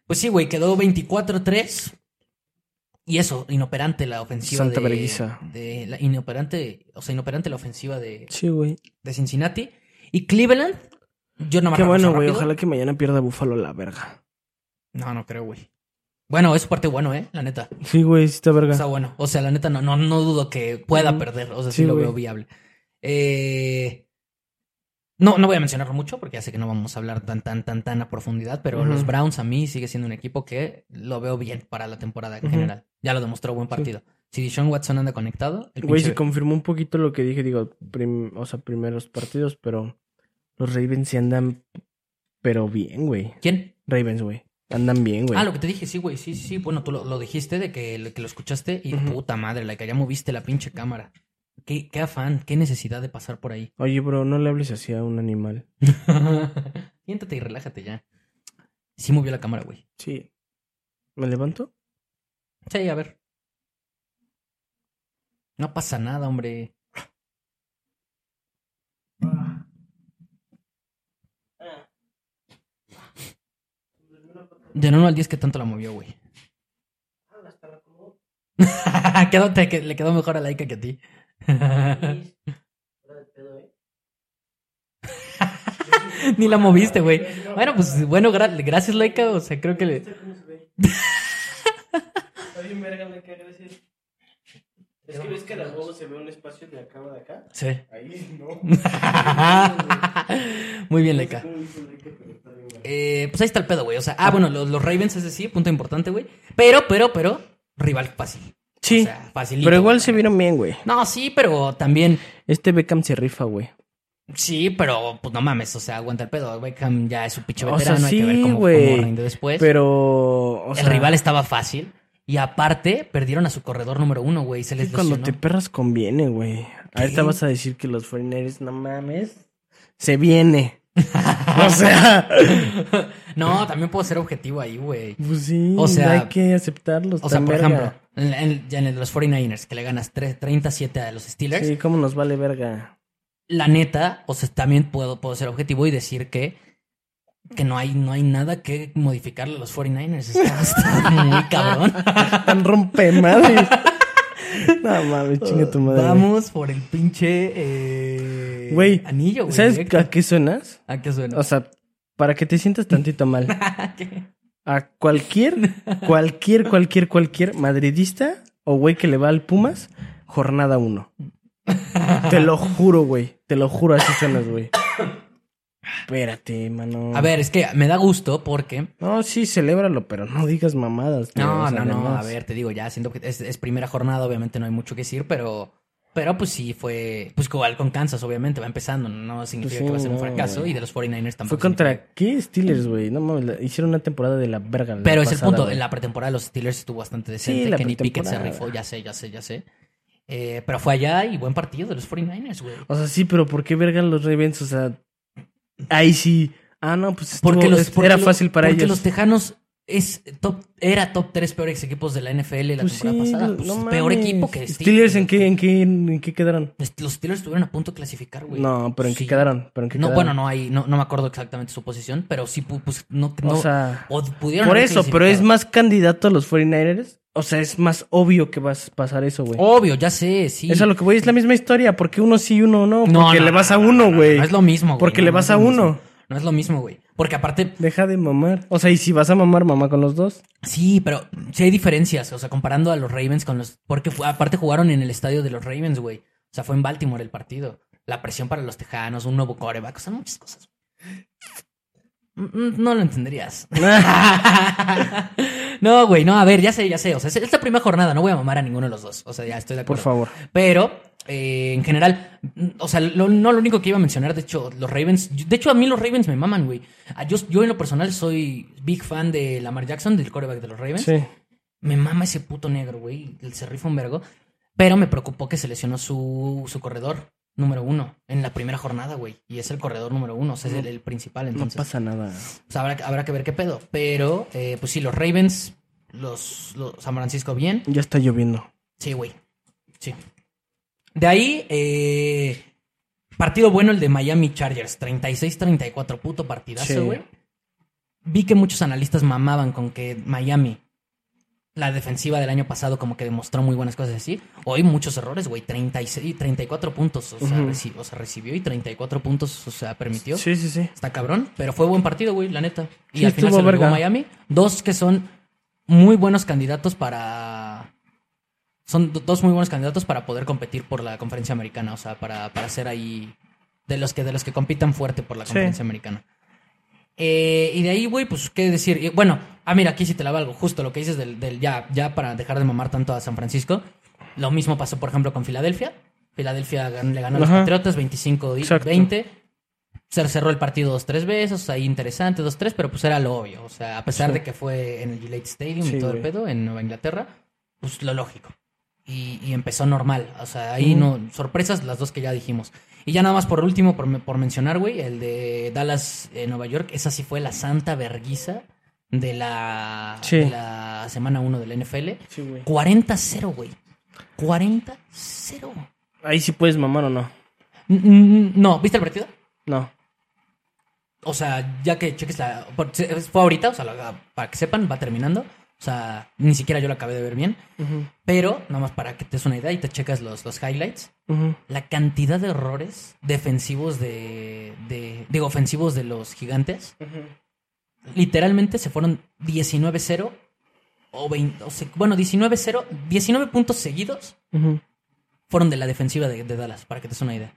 Speaker 1: Pues sí, güey, quedó 24-3. Y eso, inoperante la ofensiva
Speaker 2: Santa
Speaker 1: de...
Speaker 2: vergüenza.
Speaker 1: de la inoperante, o sea, inoperante la ofensiva de,
Speaker 2: Sí, güey.
Speaker 1: de Cincinnati. Y Cleveland, yo nada más.
Speaker 2: Qué bueno,
Speaker 1: repaso
Speaker 2: güey.
Speaker 1: rápido.
Speaker 2: Ojalá que mañana pierda Búfalo la verga.
Speaker 1: No, no creo, güey. Bueno, es parte bueno, ¿eh? La neta.
Speaker 2: Sí, güey, sí está verga.
Speaker 1: Está bueno. O sea, la neta, no, no, no dudo que pueda
Speaker 2: Ujú.
Speaker 1: perder. O sea, sí,
Speaker 2: Sí,
Speaker 1: lo
Speaker 2: güey.
Speaker 1: veo viable. Eh, No, no voy a mencionarlo mucho porque ya sé que no vamos a hablar tan, tan, tan, tan a profundidad, pero
Speaker 2: Ujú.
Speaker 1: los Browns a mí sigue siendo un equipo que lo veo bien para la temporada en
Speaker 2: Ujú.
Speaker 1: general. Ya lo demostró buen partido. Si Deshaun Watson anda conectado, el
Speaker 2: Güey,
Speaker 1: pinche-
Speaker 2: se confirmó un poquito lo que dije, digo, prim- o sea, primeros partidos, pero los Ravens sí andan, pero bien, güey.
Speaker 1: ¿Quién?
Speaker 2: Ravens, güey. Andan bien, güey.
Speaker 1: Ah, lo que te dije, sí, güey, sí, sí, sí. Bueno, tú lo, lo dijiste de que, que lo escuchaste y
Speaker 2: Ujú.
Speaker 1: puta madre, la que ya moviste la pinche cámara. Qué, qué afán, qué necesidad de pasar por ahí.
Speaker 2: Oye, bro, no le hables así a un animal.
Speaker 1: Siéntate y relájate ya. Sí movió la cámara, güey.
Speaker 2: Sí. ¿Me levanto?
Speaker 1: Sí, a ver. No pasa nada, hombre. De 1 al 10, ¿qué tanto la movió, güey? Quedó- te- que- le quedó mejor a Laika que a ti. Ni la moviste, güey. Bueno, pues bueno, gra- gracias, Laika. O sea, creo que le.
Speaker 2: Es que ves que la huevo se ve un espacio de acá de acá.
Speaker 1: Sí.
Speaker 2: Ahí no.
Speaker 1: Muy bien, Laika. Eh, pues ahí está el pedo, güey. O sea, ah, bueno, los, los Ravens, ese sí, punto importante, güey. Pero, pero, pero, rival fácil.
Speaker 2: Sí,
Speaker 1: O sea, facilito,
Speaker 2: pero igual
Speaker 1: güey.
Speaker 2: se vieron bien, güey.
Speaker 1: No, sí, pero también.
Speaker 2: Este Beckham se rifa, güey.
Speaker 1: Sí, pero pues no mames, o sea, aguanta el pedo. Beckham ya es un pinche
Speaker 2: O
Speaker 1: veterano,
Speaker 2: sea,
Speaker 1: hay que ver
Speaker 2: sí,
Speaker 1: cómo,
Speaker 2: güey,
Speaker 1: cómo rinde después.
Speaker 2: Pero. O sea,
Speaker 1: el rival estaba fácil. Y aparte, perdieron a su corredor número uno, güey. Se
Speaker 2: es
Speaker 1: les
Speaker 2: que cuando
Speaker 1: lesionó.
Speaker 2: te perras conviene, güey. Ahorita
Speaker 1: ¿Qué?
Speaker 2: vas a decir que los foreigners, no mames. Se viene. o sea.
Speaker 1: no, también puedo ser objetivo ahí, güey.
Speaker 2: Pues sí,
Speaker 1: O sea,
Speaker 2: hay que aceptarlos.
Speaker 1: O sea,
Speaker 2: tan
Speaker 1: por
Speaker 2: verga.
Speaker 1: ejemplo, en, en- ya en los 49ers, que le ganas tres- 37 a los Steelers.
Speaker 2: Sí, cómo nos vale verga.
Speaker 1: la neta, o sea, también puedo, puedo ser objetivo y decir que que no hay, no hay nada que modificarle a los 49ers. Está, está muy cabrón.
Speaker 2: Tan rompe madre. no mames, chinga tu madre.
Speaker 1: Vamos por el pinche eh,
Speaker 2: Güey,
Speaker 1: anillo, güey.
Speaker 2: ¿Sabes
Speaker 1: directo.
Speaker 2: a qué suenas?
Speaker 1: ¿A qué suena?
Speaker 2: O sea, para que te sientas tantito mal.
Speaker 1: ¿Qué?
Speaker 2: A cualquier, cualquier, cualquier, cualquier madridista o güey que le va al Pumas, jornada uno. Te lo juro, güey. Te lo juro, así suenas, güey. Espérate, mano.
Speaker 1: A ver, es que me da gusto porque.
Speaker 2: No, sí, celébralo, pero no digas mamadas. tío,
Speaker 1: No,
Speaker 2: o
Speaker 1: no,
Speaker 2: sea,
Speaker 1: no. A
Speaker 2: además.
Speaker 1: ver, te digo, ya siento que es, es primera jornada, obviamente no hay mucho que decir, pero. Pero pues sí fue. Pues igual con Kansas, obviamente, va empezando. No significa
Speaker 2: Pues sí,
Speaker 1: que va a ser un
Speaker 2: no,
Speaker 1: fracaso.
Speaker 2: güey.
Speaker 1: Y de los 49ers tampoco.
Speaker 2: Fue contra
Speaker 1: significa-
Speaker 2: qué Steelers, güey. No mames, la- hicieron una temporada de la verga. la
Speaker 1: Pero es el
Speaker 2: pasada,
Speaker 1: punto.
Speaker 2: güey.
Speaker 1: En la pretemporada de los Steelers estuvo bastante
Speaker 2: Sí,
Speaker 1: decente.
Speaker 2: la
Speaker 1: Kenny Pickett se
Speaker 2: pretemporada.
Speaker 1: rifó, ya sé, ya sé, ya sé. Eh, pero fue allá y buen partido de los 49ers, güey.
Speaker 2: O sea, sí, pero ¿por qué verga los Ravens? O sea, ahí sí. Ah, no, pues estuvo-
Speaker 1: Porque los,
Speaker 2: es-
Speaker 1: porque
Speaker 2: era
Speaker 1: lo-
Speaker 2: fácil para
Speaker 1: porque
Speaker 2: ellos.
Speaker 1: los Tejanos es top, era top 3 peores equipos de la NFL la
Speaker 2: Pues
Speaker 1: temporada
Speaker 2: sí,
Speaker 1: pasada.
Speaker 2: no
Speaker 1: Pues,
Speaker 2: mames.
Speaker 1: peor equipo que
Speaker 2: Steelers. ¿en qué, en qué, en qué quedaron?
Speaker 1: Est- Los Steelers estuvieron a punto de clasificar, güey.
Speaker 2: No, pero ¿en
Speaker 1: Sí.
Speaker 2: qué quedaron? ¿Pero en qué
Speaker 1: No,
Speaker 2: quedaron?
Speaker 1: bueno, no hay, no, no me acuerdo exactamente su posición, pero sí pu- pues no, no
Speaker 2: O sea,
Speaker 1: o pudieron
Speaker 2: por
Speaker 1: haber
Speaker 2: eso, pero es
Speaker 1: clasificado.
Speaker 2: más candidato a los 49ers. O sea, es más obvio que vas a pasar eso, güey.
Speaker 1: obvio, ya sé, sí.
Speaker 2: Es a lo que voy, es la misma historia. Porque uno sí y uno no? Porque
Speaker 1: No, no,
Speaker 2: le vas a
Speaker 1: no, no, no,
Speaker 2: uno,
Speaker 1: no,
Speaker 2: güey.
Speaker 1: No es lo mismo, güey.
Speaker 2: Porque
Speaker 1: No,
Speaker 2: le
Speaker 1: no
Speaker 2: vas
Speaker 1: es
Speaker 2: a
Speaker 1: lo mismo.
Speaker 2: uno.
Speaker 1: No es lo mismo, güey. Porque aparte,
Speaker 2: Deja de mamar. O sea, y si vas a mamar, mamá con los dos.
Speaker 1: sí, pero sí hay diferencias. O sea, comparando a los Ravens con los. Porque fu- aparte jugaron en el estadio de los Ravens, güey. O sea, fue en Baltimore el partido. La presión para los tejanos, un nuevo coreback, o sea, muchas cosas. Mm, mm, No lo entenderías. no, güey, no, a ver, ya sé, ya sé. O sea, es- es la primera jornada, no voy a mamar a ninguno de los dos. O sea, ya estoy de
Speaker 2: Por
Speaker 1: acuerdo.
Speaker 2: favor.
Speaker 1: Pero, eh, en general, mm, o sea, lo- no lo único que iba a mencionar, de hecho, los Ravens, yo- de hecho a mí los Ravens me maman, güey. Ah, Yo, yo en lo personal soy big fan de Lamar Jackson, del quarterback de los Ravens.
Speaker 2: Sí.
Speaker 1: Me mama ese puto negro, güey, el se rifa un vergo. Pero me preocupó que se lesionó su, su corredor número uno en la primera jornada, güey. Y es el corredor número uno, o sea, es el, el principal,
Speaker 2: No
Speaker 1: entonces.
Speaker 2: pasa nada.
Speaker 1: pues, habrá, que- habrá que ver qué pedo. Pero, eh, pues sí, los Ravens, los, los San Francisco bien.
Speaker 2: Ya está lloviendo.
Speaker 1: Sí, güey. Sí. De ahí, eh, partido bueno el de Miami Chargers. 36-34, puto
Speaker 2: Sí.
Speaker 1: partidazo, güey. Vi que muchos analistas mamaban con que Miami, la defensiva del año pasado, como que demostró muy buenas cosas así. Hoy muchos errores, güey. 36, 34 puntos. O sea,
Speaker 2: Ujú.
Speaker 1: reci- o sea, recibió y 34 puntos, o sea, permitió.
Speaker 2: Sí, sí, sí.
Speaker 1: Está cabrón, pero fue buen partido, güey, la neta. Y
Speaker 2: Sí,
Speaker 1: al final
Speaker 2: estuvo
Speaker 1: se lo llevó
Speaker 2: verga.
Speaker 1: Miami. Dos que son muy buenos candidatos para. Son do- dos muy buenos candidatos para poder competir por la conferencia americana. O sea, para, para ser ahí. De los que, de los que compitan fuerte por la
Speaker 2: Sí.
Speaker 1: conferencia americana. Eh, y de ahí, güey, pues, ¿qué decir? Y, bueno, ah, mira, aquí sí te la valgo. Justo lo que dices del, del ya, ya para dejar de mamar tanto a San Francisco. Lo mismo pasó, por ejemplo, con Filadelfia. Filadelfia gan- le ganó a los
Speaker 2: Ajá.
Speaker 1: Patriotas 25-20.
Speaker 2: Exacto.
Speaker 1: 20 se cerró el partido dos, tres veces, ahí interesante, dos, tres, pero pues era lo obvio. O sea, a pesar
Speaker 2: Sí.
Speaker 1: de que fue en el Gillette Stadium
Speaker 2: Sí,
Speaker 1: y todo el
Speaker 2: güey.
Speaker 1: pedo, en Nueva Inglaterra, pues lo lógico. Y, y empezó normal. O sea, ahí
Speaker 2: Ujú.
Speaker 1: no, sorpresas las dos que ya dijimos. Y ya nada más por último, por, me- por mencionar, güey, el de Dallas, eh, Nueva York, esa sí fue la santa verguiza de la,
Speaker 2: Sí.
Speaker 1: de la semana 1 del NFL.
Speaker 2: Sí, güey.
Speaker 1: 40-0, güey. 40-0.
Speaker 2: Ahí sí puedes mamar o no.
Speaker 1: N- n- No, ¿viste el partido?
Speaker 2: No.
Speaker 1: O sea, ya que cheques la. por- se- Fue ahorita, o sea, la- para que sepan, va terminando. O sea, ni siquiera yo la acabé de ver bien. Pero, nada más para que te des una idea y te checas los, los highlights.
Speaker 2: Ujú.
Speaker 1: La cantidad de errores defensivos de, de. Digo, ofensivos de los gigantes. Literalmente se fueron 19-0 o 20. o se- bueno, 19-0. 19 puntos seguidos
Speaker 2: Ujú.
Speaker 1: fueron de la defensiva de, de Dallas, para que te des una idea.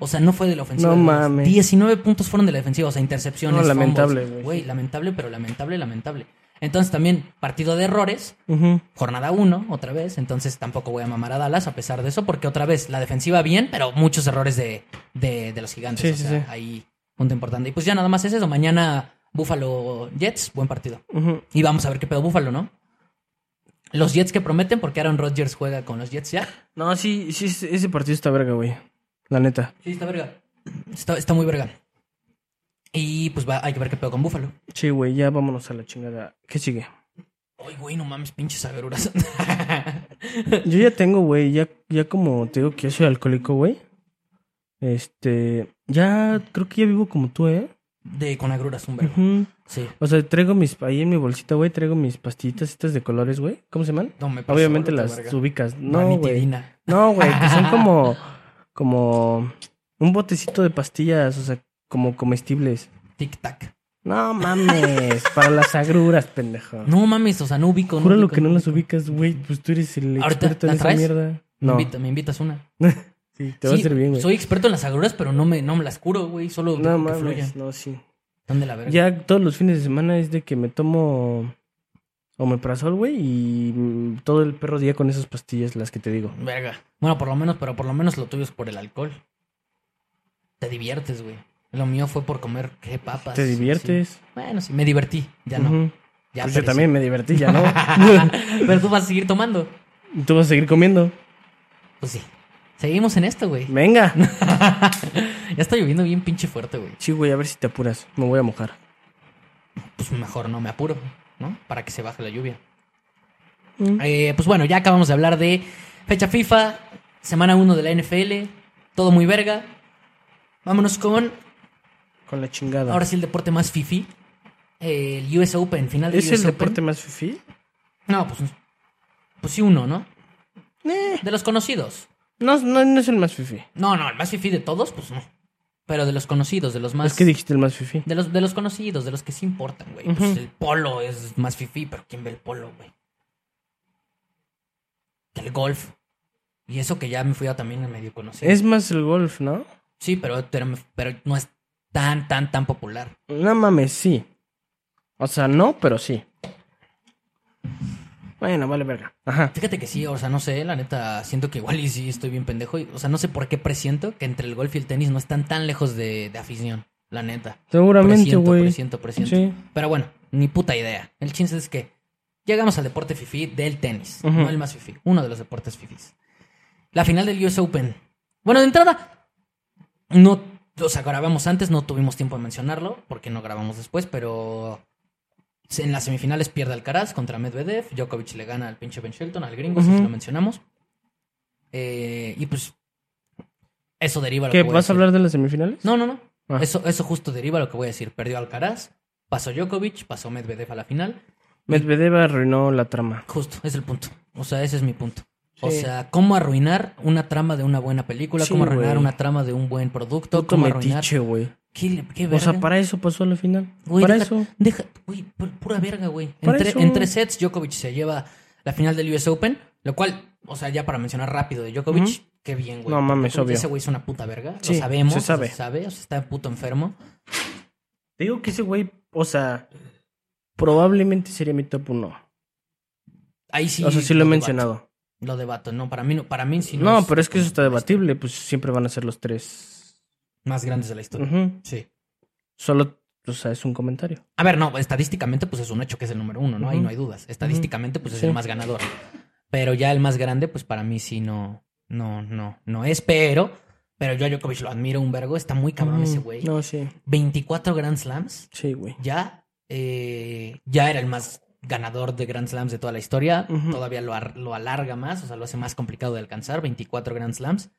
Speaker 1: O sea, no fue de la ofensiva.
Speaker 2: No
Speaker 1: de Dallas.
Speaker 2: mames.
Speaker 1: 19 puntos fueron de la defensiva, o sea, intercepciones.
Speaker 2: No, lamentable,
Speaker 1: fumbles.
Speaker 2: güey.
Speaker 1: Güey, lamentable, pero lamentable, lamentable. Entonces también, partido de errores,
Speaker 2: Ujú.
Speaker 1: jornada 1, otra vez. Entonces tampoco voy a mamar a Dallas a pesar de eso, porque otra vez, la defensiva bien, pero muchos errores de, de, de los gigantes.
Speaker 2: Sí,
Speaker 1: o
Speaker 2: sí,
Speaker 1: sea,
Speaker 2: sí.
Speaker 1: ahí, punto importante. Y pues ya nada más es eso. Mañana, Buffalo Jets, buen partido.
Speaker 2: Ujú.
Speaker 1: Y vamos a ver qué pedo Buffalo, ¿no? Los Jets que prometen, porque Aaron Rodgers juega con los Jets ya.
Speaker 2: No, sí, sí, ese ese partido está verga, güey. La neta.
Speaker 1: Sí, está verga. Está, está muy verga. Y pues va, hay que ver qué pedo con Búfalo.
Speaker 2: Sí, güey, ya vámonos a la chingada. ¿Qué sigue?
Speaker 1: Ay, güey, no mames, pinches agruras.
Speaker 2: Yo ya tengo, güey, ya, ya como te digo que yo soy alcohólico, güey. Este, ya creo que ya vivo como tú, ¿eh?
Speaker 1: de con agruras un vergo.
Speaker 2: Ujú.
Speaker 1: Sí.
Speaker 2: O sea, traigo mis. Ahí en mi bolsita, güey, traigo mis pastillitas estas de colores, güey. ¿Cómo se llaman?
Speaker 1: No me pasó,
Speaker 2: Obviamente
Speaker 1: vete,
Speaker 2: las
Speaker 1: verga.
Speaker 2: ubicas. No, güey.
Speaker 1: Ranitidina.
Speaker 2: No, güey, que son como. Como. Un botecito de pastillas, o sea, como comestibles.
Speaker 1: Tic Tac.
Speaker 2: No mames, para las agruras, pendejo.
Speaker 1: No mames, o sea, no ubico.
Speaker 2: Juro lo
Speaker 1: ubico,
Speaker 2: que no las
Speaker 1: ubico.
Speaker 2: ubicas, güey. Pues tú eres el
Speaker 1: ¿Ahorita
Speaker 2: experto en
Speaker 1: la
Speaker 2: esa
Speaker 1: traes?
Speaker 2: mierda.
Speaker 1: Me,
Speaker 2: No.
Speaker 1: invita- me invitas una.
Speaker 2: Sí, te va
Speaker 1: Sí,
Speaker 2: a servir, güey.
Speaker 1: Soy experto en las agruras, pero no me, no me las curo, güey. Solo
Speaker 2: No
Speaker 1: dejo que fluyan.
Speaker 2: mames, no, sí.
Speaker 1: Están de la verga.
Speaker 2: Ya todos los fines de semana es de que me tomo omeprazol, güey, y mm, todo el perro día con esas pastillas, las que te digo.
Speaker 1: Verga. Bueno, por lo menos, pero por lo menos lo tuyo es por el alcohol. Te diviertes, güey. Lo mío fue por comer qué papas.
Speaker 2: ¿Te diviertes?
Speaker 1: Ah, sí. Bueno, sí, me divertí. Ya no.
Speaker 2: Ujú.
Speaker 1: Ya
Speaker 2: Pues yo
Speaker 1: perecí.
Speaker 2: también me divertí, ya no.
Speaker 1: pero tú vas a seguir tomando.
Speaker 2: Tú vas a seguir comiendo.
Speaker 1: Pues sí. Seguimos en esto, güey.
Speaker 2: Venga.
Speaker 1: Ya está lloviendo bien pinche fuerte, güey.
Speaker 2: Sí, güey, a ver si te apuras. Me voy a mojar.
Speaker 1: Pues mejor no me apuro, ¿no? Para que se baje la lluvia.
Speaker 2: Mm.
Speaker 1: Eh, pues bueno, ya acabamos de hablar de fecha FIFA, semana 1 de la NFL, todo muy verga. Vámonos con,
Speaker 2: Con la chingada.
Speaker 1: ahora sí, el deporte más fifi, el US Open, final del
Speaker 2: ¿Es
Speaker 1: US
Speaker 2: el
Speaker 1: Open.
Speaker 2: deporte más fifí?
Speaker 1: No, pues, pues sí uno, ¿no?
Speaker 2: Eh,
Speaker 1: De los conocidos.
Speaker 2: no, no, no es el más fifí.
Speaker 1: No, no, el más fifi de todos, pues no. Pero de los conocidos, de los más...
Speaker 2: Es que dijiste el más fifí.
Speaker 1: De los, de los conocidos, de los que sí importan, güey. Pues
Speaker 2: Ujú.
Speaker 1: el polo es más fifí, pero ¿quién ve el polo, güey? El golf. Y eso que ya me fui a también a medio conocido.
Speaker 2: Es más el golf, ¿no?
Speaker 1: Sí, pero, pero, pero no es tan, tan, tan popular.
Speaker 2: No mames, sí. O sea, no, pero sí. Bueno, vale verga. Ajá.
Speaker 1: Fíjate que sí, o sea, no sé, la neta, siento que igual y sí estoy bien pendejo. y- o sea, no sé por qué presiento que entre el golf y el tenis no están tan lejos de, de afición, la neta.
Speaker 2: Seguramente,
Speaker 1: Presiento,
Speaker 2: güey.
Speaker 1: presiento, presiento.
Speaker 2: Sí.
Speaker 1: Pero bueno, ni puta idea. El chiste es que llegamos al deporte fifí del tenis.
Speaker 2: Ujú.
Speaker 1: No el más fifí, uno de los deportes fifís. La final del US Open. Bueno, de entrada, no, o sea, grabamos antes, no tuvimos tiempo de mencionarlo, porque no grabamos después, pero en las semifinales pierde Alcaraz contra Medvedev, Djokovic le gana al pinche Ben Shelton, al gringo, si
Speaker 2: Ujú.
Speaker 1: lo mencionamos. Eh, y pues, eso deriva lo
Speaker 2: ¿Qué?
Speaker 1: que voy
Speaker 2: ¿Vas a
Speaker 1: decir.
Speaker 2: hablar de las semifinales?
Speaker 1: No, no, no.
Speaker 2: Ah.
Speaker 1: Eso, eso justo deriva lo que voy a decir. Perdió Alcaraz, pasó Djokovic, pasó Medvedev a la final.
Speaker 2: Medvedev arruinó la trama.
Speaker 1: Justo, es el punto. O sea, ese es mi punto. O
Speaker 2: Sí.
Speaker 1: sea, cómo arruinar una trama de una buena película,
Speaker 2: Sí,
Speaker 1: cómo arruinar
Speaker 2: güey.
Speaker 1: una trama de un buen producto,
Speaker 2: Puto
Speaker 1: cómo arruinar.
Speaker 2: metiche, güey.
Speaker 1: ¿Qué, qué verga?
Speaker 2: O sea, para eso pasó a la final.
Speaker 1: Güey,
Speaker 2: para
Speaker 1: deja-
Speaker 2: eso.
Speaker 1: Deja, güey, pu- pura verga, güey. En,
Speaker 2: Para
Speaker 1: tre-
Speaker 2: eso.
Speaker 1: en tres sets, Djokovic se lleva la final del US Open, lo cual, o sea, ya para mencionar rápido de Djokovic,
Speaker 2: Ujú.
Speaker 1: qué bien, güey.
Speaker 2: No mames,
Speaker 1: Djokovic,
Speaker 2: obvio.
Speaker 1: Ese güey es una puta verga,
Speaker 2: Sí,
Speaker 1: lo sabemos,
Speaker 2: se sabe.
Speaker 1: se sabe, o sea, está puto enfermo.
Speaker 2: Te digo que ese güey, o sea, probablemente sería mi top 1.
Speaker 1: Ahí sí.
Speaker 2: o sea, sí lo he
Speaker 1: debato.
Speaker 2: mencionado.
Speaker 1: Lo debato, no, para mí no, para mí sí
Speaker 2: no,
Speaker 1: es
Speaker 2: pero es que eso está debatible, pues siempre van a ser los tres.
Speaker 1: Más grandes de la historia.
Speaker 2: Ujú.
Speaker 1: Sí.
Speaker 2: Solo, o sea, es un comentario.
Speaker 1: A ver, no, estadísticamente, pues es un hecho que es el número uno, ¿no? Ahí
Speaker 2: Ujú.
Speaker 1: no hay dudas. Estadísticamente, pues es
Speaker 2: Sí.
Speaker 1: el más ganador. Pero ya el más grande, pues para mí sí no, no, no, no es, pero, pero yo a Djokovic lo admiro un vergo, está muy cabrón
Speaker 2: Ujú.
Speaker 1: ese güey.
Speaker 2: Mm, No, sí,
Speaker 1: 24 Grand Slams,
Speaker 2: sí, güey.
Speaker 1: ya, eh, ya era el más ganador de Grand Slams de toda la historia.
Speaker 2: Ujú.
Speaker 1: Todavía lo, ar- lo alarga más, o sea, lo hace más complicado de alcanzar. 24 Grand Slams.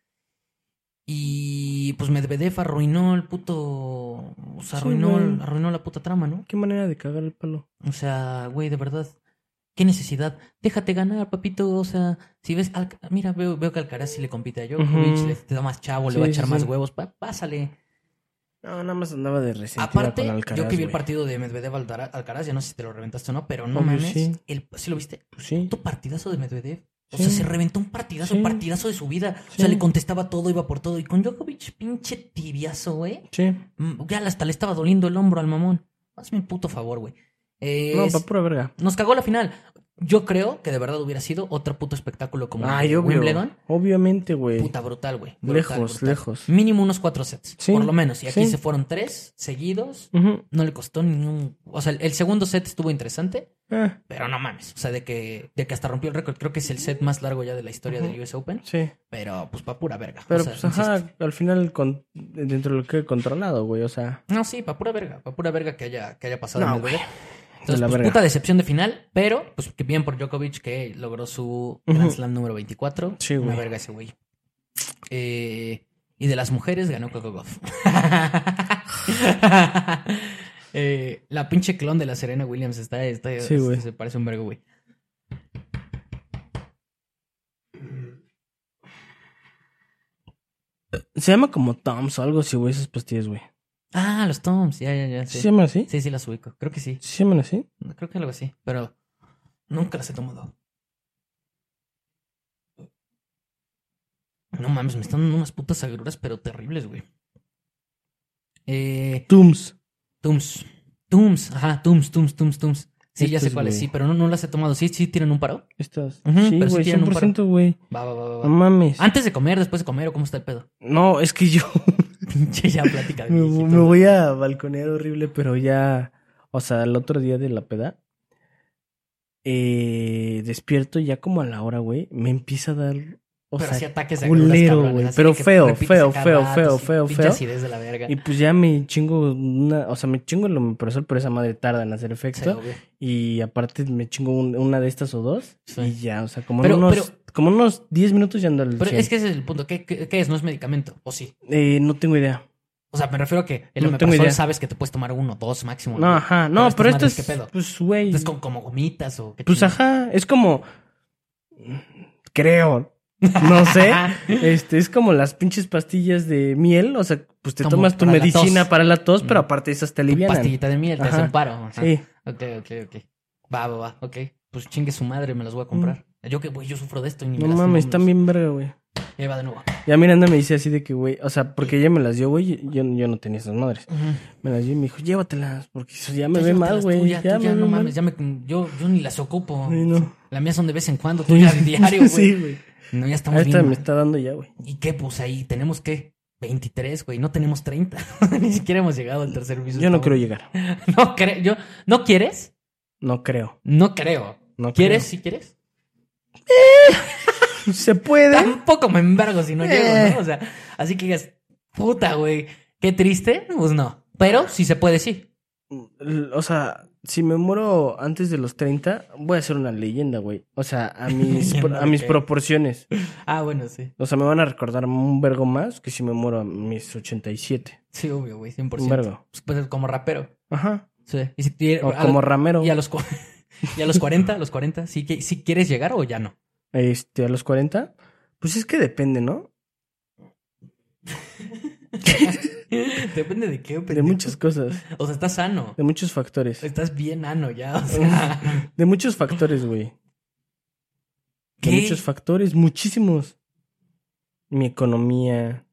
Speaker 1: Y pues Medvedev arruinó el puto. O sea,
Speaker 2: Sí,
Speaker 1: arruinó,
Speaker 2: güey.
Speaker 1: arruinó la puta trama, ¿no?
Speaker 2: Qué manera de cagar el palo.
Speaker 1: O sea, güey, de verdad. ¿Qué necesidad? Déjate ganar, papito. O sea, si ves. Alca- Mira, veo, veo que Alcaraz sí le compite a Djokovic.
Speaker 2: Ujú.
Speaker 1: le- Te da más chavo, le
Speaker 2: Sí,
Speaker 1: va a
Speaker 2: sí,
Speaker 1: echar más
Speaker 2: sí.
Speaker 1: huevos. pa- pásale.
Speaker 2: No, nada más andaba de resentida
Speaker 1: Aparte,
Speaker 2: con Alcaraz,
Speaker 1: yo que vi el
Speaker 2: güey.
Speaker 1: partido de Medvedev Aldara- Alcaraz, ya no sé si te lo reventaste o no, pero no
Speaker 2: Obvio,
Speaker 1: mames.
Speaker 2: sí.
Speaker 1: El, ¿Sí lo viste?
Speaker 2: Pues sí.
Speaker 1: Puto partidazo de Medvedev. O
Speaker 2: Sí.
Speaker 1: sea, se reventó un partidazo,
Speaker 2: Sí.
Speaker 1: partidazo de su vida. O
Speaker 2: Sí.
Speaker 1: sea, le contestaba todo, iba por todo. Y con Djokovic, pinche tibiazo, güey.
Speaker 2: Sí.
Speaker 1: mm, Ya hasta le estaba doliendo el hombro al mamón. Hazme el puto favor, güey. Eh,
Speaker 2: No,
Speaker 1: es-
Speaker 2: pa' pura verga.
Speaker 1: Nos cagó la final. Yo creo que de verdad hubiera sido otro puto espectáculo como el
Speaker 2: Ay,
Speaker 1: de
Speaker 2: obvio.
Speaker 1: Ah, Wimbledon.
Speaker 2: Obviamente, güey.
Speaker 1: Puta brutal, güey. Brutal,
Speaker 2: Lejos,
Speaker 1: brutal.
Speaker 2: lejos.
Speaker 1: Mínimo unos cuatro sets,
Speaker 2: Sí.
Speaker 1: por lo menos. Y aquí
Speaker 2: Sí.
Speaker 1: se fueron tres seguidos
Speaker 2: Ujú.
Speaker 1: no le costó ningún. O sea, el, el segundo set estuvo interesante,
Speaker 2: Ah,
Speaker 1: pero no mames. O sea, de que, de que hasta rompió el récord. Creo que es el set más largo ya de la historia
Speaker 2: Ujú.
Speaker 1: del US Open.
Speaker 2: sí.
Speaker 1: Pero pues pa' pura verga.
Speaker 2: Pero
Speaker 1: o sea,
Speaker 2: pues, ajá,
Speaker 1: insisto.
Speaker 2: al final, con- dentro de lo que he controlado, güey, o sea.
Speaker 1: No, sí, pa' pura verga. Pa' pura verga que haya, que haya pasado.
Speaker 2: No,
Speaker 1: en el
Speaker 2: güey.
Speaker 1: verga.
Speaker 2: De
Speaker 1: Entonces,
Speaker 2: la
Speaker 1: pues,
Speaker 2: verga.
Speaker 1: puta decepción de final, pero pues que bien por Djokovic que logró su Grand Slam número 24.
Speaker 2: Sí,
Speaker 1: Una
Speaker 2: güey.
Speaker 1: verga ese güey. Eh, y de las mujeres ganó Coco Goff. Eh, la pinche clon de la Serena Williams está, está,
Speaker 2: Sí, güey.
Speaker 1: se parece un vergo, güey.
Speaker 2: Se llama como Toms o algo así, güey, esas pastillas, güey.
Speaker 1: Ah, los Toms, ya, ya, ya.
Speaker 2: ¿Sí
Speaker 1: Sí,
Speaker 2: ¿Se
Speaker 1: sí,
Speaker 2: llaman así?
Speaker 1: sí, las ubico. Creo que sí.
Speaker 2: ¿Sí ¿Se llaman así?
Speaker 1: Creo que algo así, pero nunca las he tomado. No mames, me están dando unas putas agruras, pero terribles, güey. Eh,
Speaker 2: Tums.
Speaker 1: Tums. Tums, ajá, Tums, Tums, Tums, Tums. Sí, ya sé
Speaker 2: Estos,
Speaker 1: cuáles,
Speaker 2: güey.
Speaker 1: sí, pero no, no las he tomado. Sí, sí, tienen un paro.
Speaker 2: Estas.
Speaker 1: Ujú,
Speaker 2: sí,
Speaker 1: pero sí
Speaker 2: güey,
Speaker 1: tienen un Ah,
Speaker 2: 100%, güey.
Speaker 1: Va, va, va, va, va.
Speaker 2: No mames.
Speaker 1: Antes de comer, después de comer, o cómo está el pedo.
Speaker 2: No, es que yo
Speaker 1: Pinche ya plática de
Speaker 2: me,
Speaker 1: viejito,
Speaker 2: me
Speaker 1: güey.
Speaker 2: voy a balconear horrible, pero ya. O sea, el otro día de la peda. Eh, despierto ya como a la hora, güey. Me empieza a dar. O
Speaker 1: pero así
Speaker 2: sea,
Speaker 1: ataques de agruras,
Speaker 2: culero,
Speaker 1: cabrones,
Speaker 2: güey,
Speaker 1: así
Speaker 2: pero
Speaker 1: de que
Speaker 2: feo,
Speaker 1: repites
Speaker 2: feo,
Speaker 1: cada
Speaker 2: feo,
Speaker 1: rato,
Speaker 2: feo,
Speaker 1: así,
Speaker 2: feo,
Speaker 1: pinche
Speaker 2: feo.
Speaker 1: acidez de la verga.
Speaker 2: y pues ya me chingo una. O sea, me chingo el omeprazol, pero esa madre tarda en hacer
Speaker 1: Sí,
Speaker 2: efecto.
Speaker 1: obvio.
Speaker 2: Y aparte me chingo un- una de estas o dos.
Speaker 1: Sí.
Speaker 2: Y ya, o sea, como en
Speaker 1: Pero-
Speaker 2: unos.
Speaker 1: pero-
Speaker 2: como en unos 10 minutos ya ando al
Speaker 1: Pero
Speaker 2: 100.
Speaker 1: es que ese es el punto. ¿Qué, qué, qué es? ¿No es medicamento? ¿O sí?
Speaker 2: Eh, no tengo idea.
Speaker 1: O sea, me refiero a que el
Speaker 2: No tengo
Speaker 1: omeprazol
Speaker 2: idea.
Speaker 1: sabes que te puedes tomar uno, dos máximo.
Speaker 2: No,
Speaker 1: güey.
Speaker 2: ajá. No,
Speaker 1: estas
Speaker 2: pero esto
Speaker 1: madres,
Speaker 2: es.
Speaker 1: ¿qué pedo?
Speaker 2: Pues, güey.
Speaker 1: Entonces, como, como gomitas o qué
Speaker 2: Pues
Speaker 1: chingados.
Speaker 2: ajá. Es como. Creo. No sé. Este, es como las pinches pastillas de miel. O sea, pues te
Speaker 1: Como
Speaker 2: tomas tu
Speaker 1: para la
Speaker 2: medicina
Speaker 1: tos.
Speaker 2: para la tos, pero
Speaker 1: Mm.
Speaker 2: aparte esas te
Speaker 1: Tu
Speaker 2: alivianan.
Speaker 1: pastillita Ah, de miel, te
Speaker 2: Ajá.
Speaker 1: hacen paro. ajá.
Speaker 2: Sí.
Speaker 1: Ok, ok, ok. Va, va, va. Ok. Pues chingue su madre, me las voy a comprar. Yo que, güey, yo sufro de esto y ni
Speaker 2: Mm. No
Speaker 1: me las
Speaker 2: mames,
Speaker 1: tomo,
Speaker 2: están bien verga, güey.
Speaker 1: las- Ahí va de nuevo.
Speaker 2: Ya Miranda me dice así de que, güey, o sea, porque ella me las dio, güey, yo, yo no tenía esas madres. Me las dio y me dijo, llévatelas, porque eso ya Mm. me ve mal,
Speaker 1: Llévatelas tú,
Speaker 2: güey. "Ah,
Speaker 1: Ya,
Speaker 2: Ya,
Speaker 1: tú ya,
Speaker 2: me
Speaker 1: no
Speaker 2: ve mal.
Speaker 1: mames, ya me, yo, yo ni las ocupo.
Speaker 2: Ay, no.
Speaker 1: La mía son de vez en cuando, tú ya de diario, güey.
Speaker 2: Sí, güey.
Speaker 1: No, ya estamos
Speaker 2: Esta
Speaker 1: bien.
Speaker 2: me
Speaker 1: mal.
Speaker 2: está dando ya, güey.
Speaker 1: ¿Y qué? Pues ahí tenemos que 23, güey. No tenemos 30. Ni siquiera hemos llegado al tercer piso.
Speaker 2: Yo no quiero
Speaker 1: Estamos-
Speaker 2: llegar.
Speaker 1: No creo. Yo, ¿No quieres?
Speaker 2: No creo.
Speaker 1: No creo.
Speaker 2: No
Speaker 1: ¿Quieres?
Speaker 2: creo.
Speaker 1: ¿Sí quieres?
Speaker 2: Se puede.
Speaker 1: Tampoco me embargo si no
Speaker 2: Eh.
Speaker 1: llego, ¿no? O sea, así que digas, puta, güey. Qué triste. Pues no. Pero si se puede, sí.
Speaker 2: L- O sea, si me muero antes de los 30, voy a ser una leyenda, güey. O sea, a mis, pro-
Speaker 1: Leyenda
Speaker 2: a
Speaker 1: de
Speaker 2: mis
Speaker 1: qué.
Speaker 2: proporciones.
Speaker 1: Ah, bueno, sí.
Speaker 2: O sea, me van a recordar un vergo más que si me muero a mis 87.
Speaker 1: Sí, obvio, güey. 100%.
Speaker 2: Un vergo.
Speaker 1: Pues, pues, como rapero.
Speaker 2: Ajá.
Speaker 1: Sí. Y si tuviera-
Speaker 2: O
Speaker 1: a-
Speaker 2: como ramero.
Speaker 1: Y a los, cua- y a los 40, a los 40, ¿sí, que, ¿sí quieres llegar o ya no?
Speaker 2: Este, a los 40. Pues es que depende, ¿no?
Speaker 1: Depende de qué,
Speaker 2: De
Speaker 1: pendejo.
Speaker 2: muchas cosas.
Speaker 1: O sea, estás sano.
Speaker 2: De muchos factores.
Speaker 1: Estás bien ano ya, o sea.
Speaker 2: De muchos factores, güey. De
Speaker 1: ¿Qué?
Speaker 2: muchos factores, muchísimos. Mi economía.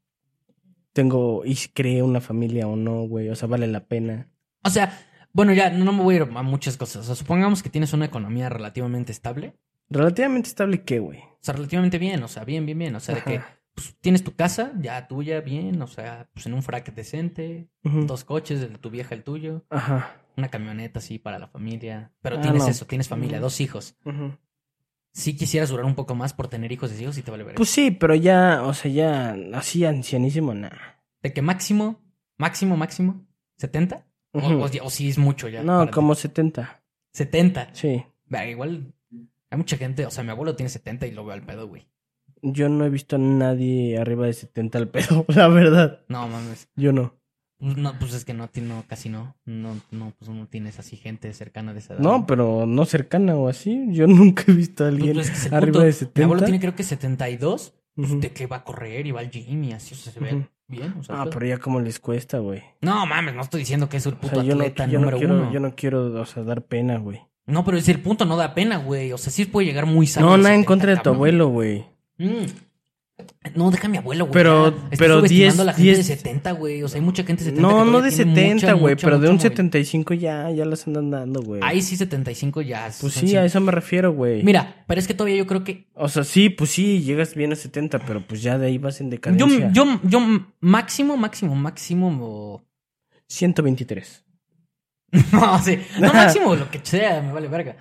Speaker 2: Tengo, y si creé una familia o no, güey. O sea, vale la pena.
Speaker 1: O sea, bueno, ya no me voy a ir a muchas cosas. O sea, supongamos que tienes una economía relativamente estable.
Speaker 2: Relativamente estable, ¿qué, güey?
Speaker 1: O sea, relativamente bien, o sea, bien, bien, bien. O sea, de que
Speaker 2: Ajá.
Speaker 1: pues, tienes tu casa ya tuya, bien, o sea, pues en un frac decente,
Speaker 2: Ujú.
Speaker 1: dos coches, el de tu vieja, el tuyo,
Speaker 2: Ajá.
Speaker 1: una camioneta así para la familia. Pero
Speaker 2: Ah,
Speaker 1: tienes
Speaker 2: no.
Speaker 1: eso, tienes familia, dos hijos.
Speaker 2: Ujú.
Speaker 1: Si quisieras durar un poco más por tener hijos y hijos, y te vale ver.
Speaker 2: Pues sí, pero ya, o sea, ya así ancianísimo, nada.
Speaker 1: De que máximo, máximo, máximo, 70? O- O, o si es mucho ya. para
Speaker 2: No,
Speaker 1: ti.
Speaker 2: como 70.
Speaker 1: 70.
Speaker 2: Sí.
Speaker 1: Verga, igual hay mucha gente, o sea, mi abuelo tiene 70 y lo veo al pedo, güey.
Speaker 2: Yo no he visto a nadie arriba de 70 al pedo, la verdad.
Speaker 1: No mames.
Speaker 2: Yo no.
Speaker 1: Pues No, pues es que no, ti- no casi no. No, no, pues no tienes así gente cercana de esa edad.
Speaker 2: No, pero no cercana o así. Yo nunca he visto a
Speaker 1: Pues,
Speaker 2: alguien
Speaker 1: pues, es que es el punto.
Speaker 2: arriba de
Speaker 1: Mi abuelo
Speaker 2: 70.
Speaker 1: tiene creo que 72, pues,
Speaker 2: Ujú.
Speaker 1: de que va a correr y va al gym y así, o sea, se ve
Speaker 2: Ujú.
Speaker 1: bien, o sea,
Speaker 2: Ah,
Speaker 1: el pedo.
Speaker 2: pero ya como les cuesta, güey.
Speaker 1: No mames, no estoy diciendo que es el
Speaker 2: O
Speaker 1: puto
Speaker 2: sea, yo no,
Speaker 1: atleta
Speaker 2: yo no
Speaker 1: número uno.
Speaker 2: quiero, yo no quiero, o sea, dar pena, güey.
Speaker 1: No, pero es el punto, no da pena, güey. O sea, sí puede llegar muy sano.
Speaker 2: No,
Speaker 1: los
Speaker 2: nada en
Speaker 1: 70,
Speaker 2: contra de tu
Speaker 1: cabrón.
Speaker 2: abuelo, güey.
Speaker 1: Mm. No, deja a mi abuelo, güey.
Speaker 2: Pero-
Speaker 1: ya. Estás
Speaker 2: pero
Speaker 1: subestimando a
Speaker 2: 10,
Speaker 1: la gente
Speaker 2: 10.
Speaker 1: de 70, güey. O sea, hay mucha gente de 70. que
Speaker 2: No, no
Speaker 1: todavía
Speaker 2: de
Speaker 1: tiene
Speaker 2: 70,
Speaker 1: mucha,
Speaker 2: güey,
Speaker 1: mucha,
Speaker 2: pero de un
Speaker 1: mucha movilidad.
Speaker 2: 75 ya, ya las andan dando, güey.
Speaker 1: Ahí sí 75 ya.
Speaker 2: Pues
Speaker 1: son
Speaker 2: sí, a
Speaker 1: cin-
Speaker 2: eso me refiero, güey.
Speaker 1: Mira, pero es que todavía yo creo que.
Speaker 2: O sea, sí, pues sí, llegas bien a 70, pero pues ya de ahí vas en
Speaker 1: Yo,
Speaker 2: decadencia.
Speaker 1: yo, yo máximo, máximo, máximo.
Speaker 2: 123.
Speaker 1: No, sí. No, máximo, lo que sea, me vale verga.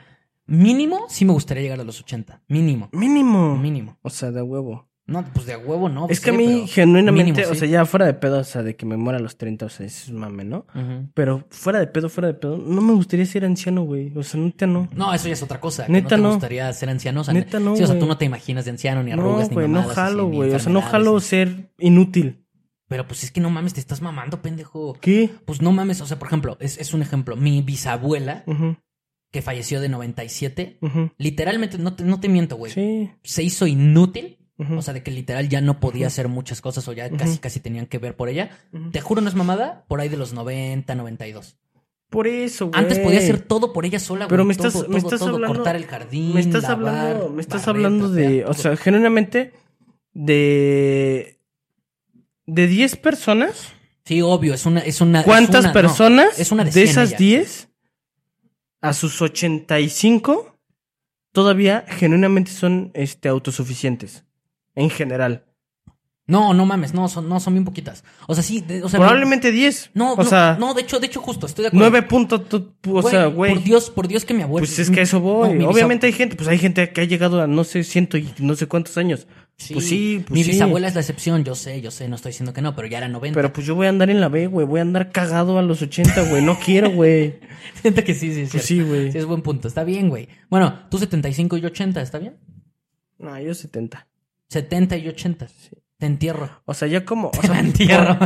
Speaker 1: Mínimo, sí me gustaría llegar a los 80. Mínimo.
Speaker 2: Mínimo.
Speaker 1: Mínimo.
Speaker 2: O sea, de huevo.
Speaker 1: No, pues de huevo no.
Speaker 2: es
Speaker 1: pues
Speaker 2: que
Speaker 1: sí,
Speaker 2: a mí,
Speaker 1: pero-
Speaker 2: genuinamente,
Speaker 1: mínimo,
Speaker 2: o
Speaker 1: sí.
Speaker 2: sea, ya fuera de pedo, o sea, de que me muera a los 30, o sea, eso es mame, ¿no?
Speaker 1: Ujú.
Speaker 2: Pero fuera de pedo, fuera de pedo, no me gustaría ser anciano, güey. O sea, neta no.
Speaker 1: No, eso ya es otra cosa. que no
Speaker 2: Neta,
Speaker 1: te
Speaker 2: no.
Speaker 1: gustaría ser anciano. O sea,
Speaker 2: Neta, no,
Speaker 1: sí, o sea, tú
Speaker 2: güey.
Speaker 1: no te imaginas de anciano, ni
Speaker 2: No,
Speaker 1: arrugas, ni
Speaker 2: güey, no
Speaker 1: mamadas. así,
Speaker 2: jalo,
Speaker 1: ni
Speaker 2: güey. O sea, no
Speaker 1: enfermedades, ni-
Speaker 2: jalo ser inútil.
Speaker 1: Pero pues es que no mames, te estás mamando, pendejo.
Speaker 2: ¿Qué?
Speaker 1: Pues no mames, o sea, por ejemplo, es, es un ejemplo. Mi bisabuela,
Speaker 2: Ujú,
Speaker 1: que falleció de 97,
Speaker 2: ujú.
Speaker 1: literalmente, no te, no te miento, güey,
Speaker 2: Sí.
Speaker 1: se hizo inútil.
Speaker 2: ujú,
Speaker 1: O sea, de que literal ya no podía
Speaker 2: Ujú.
Speaker 1: hacer muchas cosas o ya
Speaker 2: Ujú.
Speaker 1: casi casi tenían que ver por ella.
Speaker 2: ujú.
Speaker 1: Te juro, no es mamada, por ahí de los 90, 92.
Speaker 2: Por eso, güey.
Speaker 1: Antes podía hacer todo por ella sola, güey.
Speaker 2: Pero me estás-
Speaker 1: Todo, todo,
Speaker 2: me estás
Speaker 1: todo,
Speaker 2: hablando-
Speaker 1: cortar el jardín,
Speaker 2: Me estás
Speaker 1: lavar,
Speaker 2: hablando, me estás
Speaker 1: barrer,
Speaker 2: hablando de,
Speaker 1: trapear,
Speaker 2: o
Speaker 1: todo.
Speaker 2: sea, genuinamente de de 10 personas,
Speaker 1: Sí, obvio, es una... Ah, Es una es
Speaker 2: ¿cuántas
Speaker 1: una- no,
Speaker 2: personas
Speaker 1: es una de,
Speaker 2: de,
Speaker 1: 100
Speaker 2: esas
Speaker 1: ella.
Speaker 2: 10 a sus 85 todavía genuinamente son este autosuficientes en general?
Speaker 1: No, no mames, no, son, no, son bien poquitas. O sea, sí, de- o sea...
Speaker 2: Probablemente 10.
Speaker 1: No,
Speaker 2: o
Speaker 1: no,
Speaker 2: sea,
Speaker 1: no, de hecho, de hecho, justo, estoy de acuerdo.
Speaker 2: 9 puntos, o sea, güey.
Speaker 1: Por Dios, por Dios que mi abuelo...
Speaker 2: Pues es que a eso
Speaker 1: no,
Speaker 2: voy.
Speaker 1: mi bisab-
Speaker 2: Obviamente hay gente, pues hay gente que ha llegado a no sé, ciento y no sé cuántos años. Pues sí, pues
Speaker 1: Mi
Speaker 2: sí.
Speaker 1: bisabuela es la excepción, yo sé, yo sé, no estoy diciendo que no, pero ya era 90.
Speaker 2: Pero pues yo voy a andar en la B, güey. Voy a andar cagado a los 80, güey. No quiero, güey.
Speaker 1: Siento que sí, sí, es
Speaker 2: Pues
Speaker 1: cierto.
Speaker 2: sí, güey.
Speaker 1: Sí, es buen punto, está bien, güey. Bueno, tú 75 y 80, ¿está bien?
Speaker 2: No, yo 70.
Speaker 1: 70 y 80. Te entierro.
Speaker 2: O sea, ya como. O
Speaker 1: Te
Speaker 2: sea,
Speaker 1: entierro.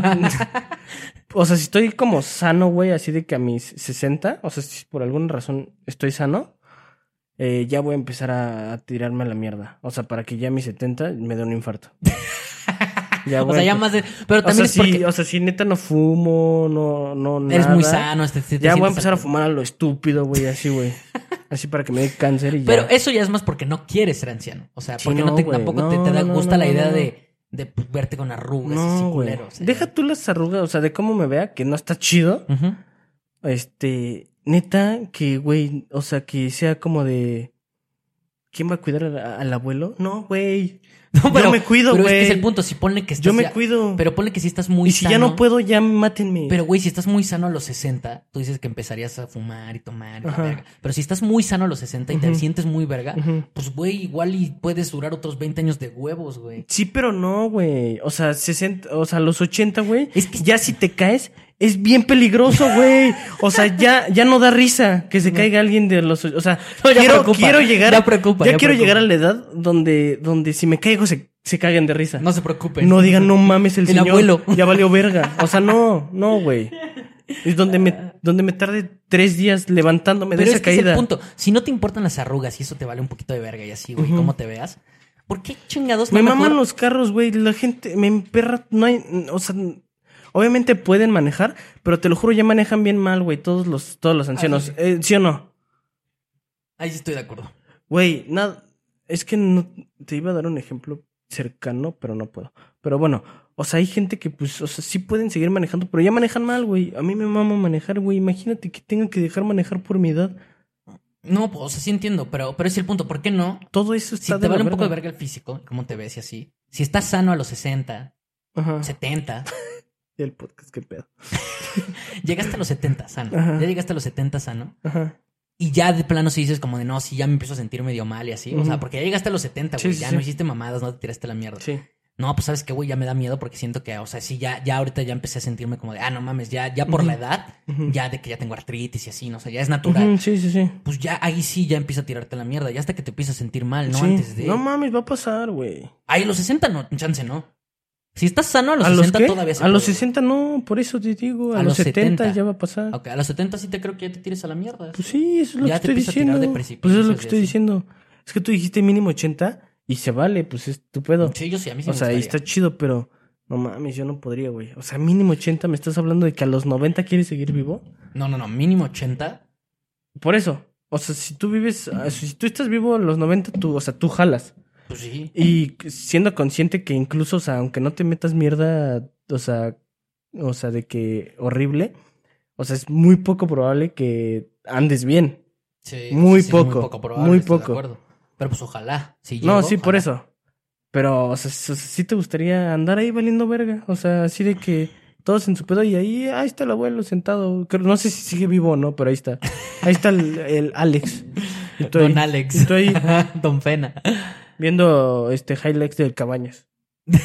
Speaker 2: o sea, si estoy como sano, güey, así de que a mis 60, o sea, si por alguna razón estoy sano, eh, ya voy a empezar a, a tirarme a la mierda. O sea, para que ya a mis 70 me dé un infarto. Ya,
Speaker 1: o
Speaker 2: güey,
Speaker 1: sea, ya
Speaker 2: pues-
Speaker 1: más de. Pero
Speaker 2: O sea,
Speaker 1: también
Speaker 2: si,
Speaker 1: es porque
Speaker 2: o sea, si neta no fumo, no, no,
Speaker 1: eres
Speaker 2: nada.
Speaker 1: muy sano. este- te
Speaker 2: Ya voy
Speaker 1: sientes
Speaker 2: a empezar a
Speaker 1: al-
Speaker 2: fumar a lo estúpido, güey, así, güey. Así para que me dé cáncer y ya.
Speaker 1: Pero eso ya es más porque no quieres ser anciano. O sea,
Speaker 2: Sí,
Speaker 1: porque no,
Speaker 2: no,
Speaker 1: te,
Speaker 2: güey.
Speaker 1: tampoco
Speaker 2: No,
Speaker 1: te, te da,
Speaker 2: no, no,
Speaker 1: gusta la
Speaker 2: no,
Speaker 1: idea
Speaker 2: no.
Speaker 1: de, de pues, verte con arrugas así
Speaker 2: no, güey.
Speaker 1: culero. o sea.
Speaker 2: Deja tú las arrugas, o sea, de cómo me vea, que no está chido.
Speaker 1: Ujú.
Speaker 2: Este, neta, que, güey, o sea, que sea como de. ¿Quién va a cuidar a- al abuelo? No, güey.
Speaker 1: No, pero,
Speaker 2: me cuido,
Speaker 1: pero es que
Speaker 2: güey.
Speaker 1: es el punto. Si ponle que estás.
Speaker 2: Yo me
Speaker 1: ya-
Speaker 2: cuido.
Speaker 1: Pero ponle que si estás muy
Speaker 2: y si
Speaker 1: sano.
Speaker 2: ya no puedo, ya mátenme.
Speaker 1: Pero, güey, si estás muy sano a los 60, tú dices que empezarías a fumar y tomar y la
Speaker 2: Ajá.
Speaker 1: verga. Pero si estás muy sano a los 60 y te
Speaker 2: Ujú.
Speaker 1: sientes muy verga,
Speaker 2: Ujú.
Speaker 1: pues, güey, igual y puedes durar otros 20 años de huevos, güey.
Speaker 2: Sí, pero no, güey. O sea, 60, o sea, los 80, güey.
Speaker 1: Es que-
Speaker 2: ya si te caes, es bien peligroso, güey. O sea, ya, ya no da risa que se caiga alguien de los. O sea,
Speaker 1: No, ya
Speaker 2: quiero,
Speaker 1: preocupa,
Speaker 2: quiero llegar.
Speaker 1: ya preocupa,
Speaker 2: ya
Speaker 1: ya
Speaker 2: quiero
Speaker 1: preocupa.
Speaker 2: llegar a la edad donde, donde si me caigo se, se caguen de risa.
Speaker 1: No
Speaker 2: No,
Speaker 1: se preocupen.
Speaker 2: digan, no mames, el,
Speaker 1: El
Speaker 2: señor
Speaker 1: abuelo.
Speaker 2: Ya valió verga. O sea, no, no, güey. Es donde me, donde me tarde tres días levantándome
Speaker 1: Pero
Speaker 2: de
Speaker 1: es
Speaker 2: esa
Speaker 1: que es
Speaker 2: caída.
Speaker 1: el punto. Si no te importan las arrugas y eso te vale un poquito de verga y así, güey,
Speaker 2: Ujú.
Speaker 1: cómo te veas, ¿por qué chingados no
Speaker 2: Me
Speaker 1: mejor-
Speaker 2: maman los carros, güey. La gente me emperra. No hay. O sea, obviamente pueden manejar, pero te lo juro, ya manejan bien mal, güey. Todos los, todos los ancianos.
Speaker 1: Ah, sí.
Speaker 2: Eh, ¿Sí o no?
Speaker 1: Ahí sí estoy de acuerdo.
Speaker 2: Güey, nada. Es que no- te iba a dar un ejemplo cercano, pero no puedo. Pero bueno, o sea, hay gente que, pues, o sea, sí pueden seguir manejando, pero ya manejan mal, güey. A mí me mama manejar, güey. Imagínate que tengan que dejar manejar por mi edad.
Speaker 1: No, pues, o sea, sí entiendo, pero, pero es el punto. ¿Por qué no?
Speaker 2: Todo eso
Speaker 1: Si
Speaker 2: está
Speaker 1: te
Speaker 2: la
Speaker 1: vale un poco de verga el físico, cómo te ves y así. Si estás sano a los 60,
Speaker 2: Ajá.
Speaker 1: 70,
Speaker 2: El podcast, qué pedo.
Speaker 1: llegaste a los 70 sano.
Speaker 2: Ajá.
Speaker 1: Ya llegaste a los 70 sano.
Speaker 2: Ajá.
Speaker 1: Y ya de plano si dices como de no, sí, ya me empiezo a sentir medio mal y así. O sea,
Speaker 2: Ujú.
Speaker 1: porque ya llegaste a los 70,
Speaker 2: Sí,
Speaker 1: güey.
Speaker 2: sí,
Speaker 1: ya
Speaker 2: sí.
Speaker 1: no hiciste mamadas, no te tiraste a la mierda.
Speaker 2: Sí.
Speaker 1: No, pues sabes que, güey, ya me da miedo porque siento que, o sea, sí, ya, ya ahorita ya empecé a sentirme como de, ah, no mames, ya, ya por la edad,
Speaker 2: Ujú.
Speaker 1: ya de que ya tengo artritis y así, no sé, ya es natural.
Speaker 2: Ujú, sí, sí, sí.
Speaker 1: Pues ya ahí sí ya empieza a tirarte la mierda, ya hasta que te empieza a sentir mal, ¿no?
Speaker 2: Sí.
Speaker 1: Antes de.
Speaker 2: No mames, va a pasar, güey.
Speaker 1: Ahí a los 60 no, chance no. Si estás sano a los
Speaker 2: ¿A los
Speaker 1: 60
Speaker 2: qué?
Speaker 1: todavía se
Speaker 2: A los
Speaker 1: puede, güey.
Speaker 2: 60 no, por eso te digo. A, los 70, ya va a pasar.
Speaker 1: Ok, a los 70 sí te creo que ya te tires a la mierda.
Speaker 2: Pues sí, eso es lo
Speaker 1: Ya te
Speaker 2: que estoy
Speaker 1: empieza a tirar
Speaker 2: diciendo.
Speaker 1: de
Speaker 2: Pues eso es
Speaker 1: precipicios
Speaker 2: lo
Speaker 1: y
Speaker 2: que estoy
Speaker 1: así.
Speaker 2: diciendo. Es que tú dijiste mínimo 80 y se vale, pues es tu pedo.
Speaker 1: Sí, yo sí, a mí sí
Speaker 2: o
Speaker 1: me
Speaker 2: sea, ahí
Speaker 1: gustaría.
Speaker 2: está chido, pero no mames, yo no podría, güey. O sea, mínimo 80, me estás hablando de que a los 90 quieres seguir vivo.
Speaker 1: No, no, no, mínimo 80.
Speaker 2: Por eso. O sea, si tú vives, ah, si tú estás vivo a los 90, tú, o sea, tú jalas.
Speaker 1: Pues sí.
Speaker 2: Y siendo consciente que incluso, o sea, aunque no te metas mierda, o sea, o sea, de que horrible, o sea, es muy poco probable que andes bien.
Speaker 1: Sí,
Speaker 2: Muy
Speaker 1: sí,
Speaker 2: poco,
Speaker 1: probable,
Speaker 2: muy
Speaker 1: estoy de
Speaker 2: poco.
Speaker 1: acuerdo. Pero pues ojalá. Si
Speaker 2: no,
Speaker 1: llego,
Speaker 2: sí, por
Speaker 1: ojalá.
Speaker 2: eso. Pero, o sea, s- o sea, sí te gustaría andar ahí valiendo verga, o sea, así de que todos en su pedo y ahí, ahí está el abuelo sentado, creo, no sé si sigue vivo o no, pero ahí está. Ahí está el, el Alex. Y tú
Speaker 1: Don
Speaker 2: ahí
Speaker 1: Alex.
Speaker 2: y tú ahí-
Speaker 1: Don Pena.
Speaker 2: viendo este highlights del Cabañas. Así.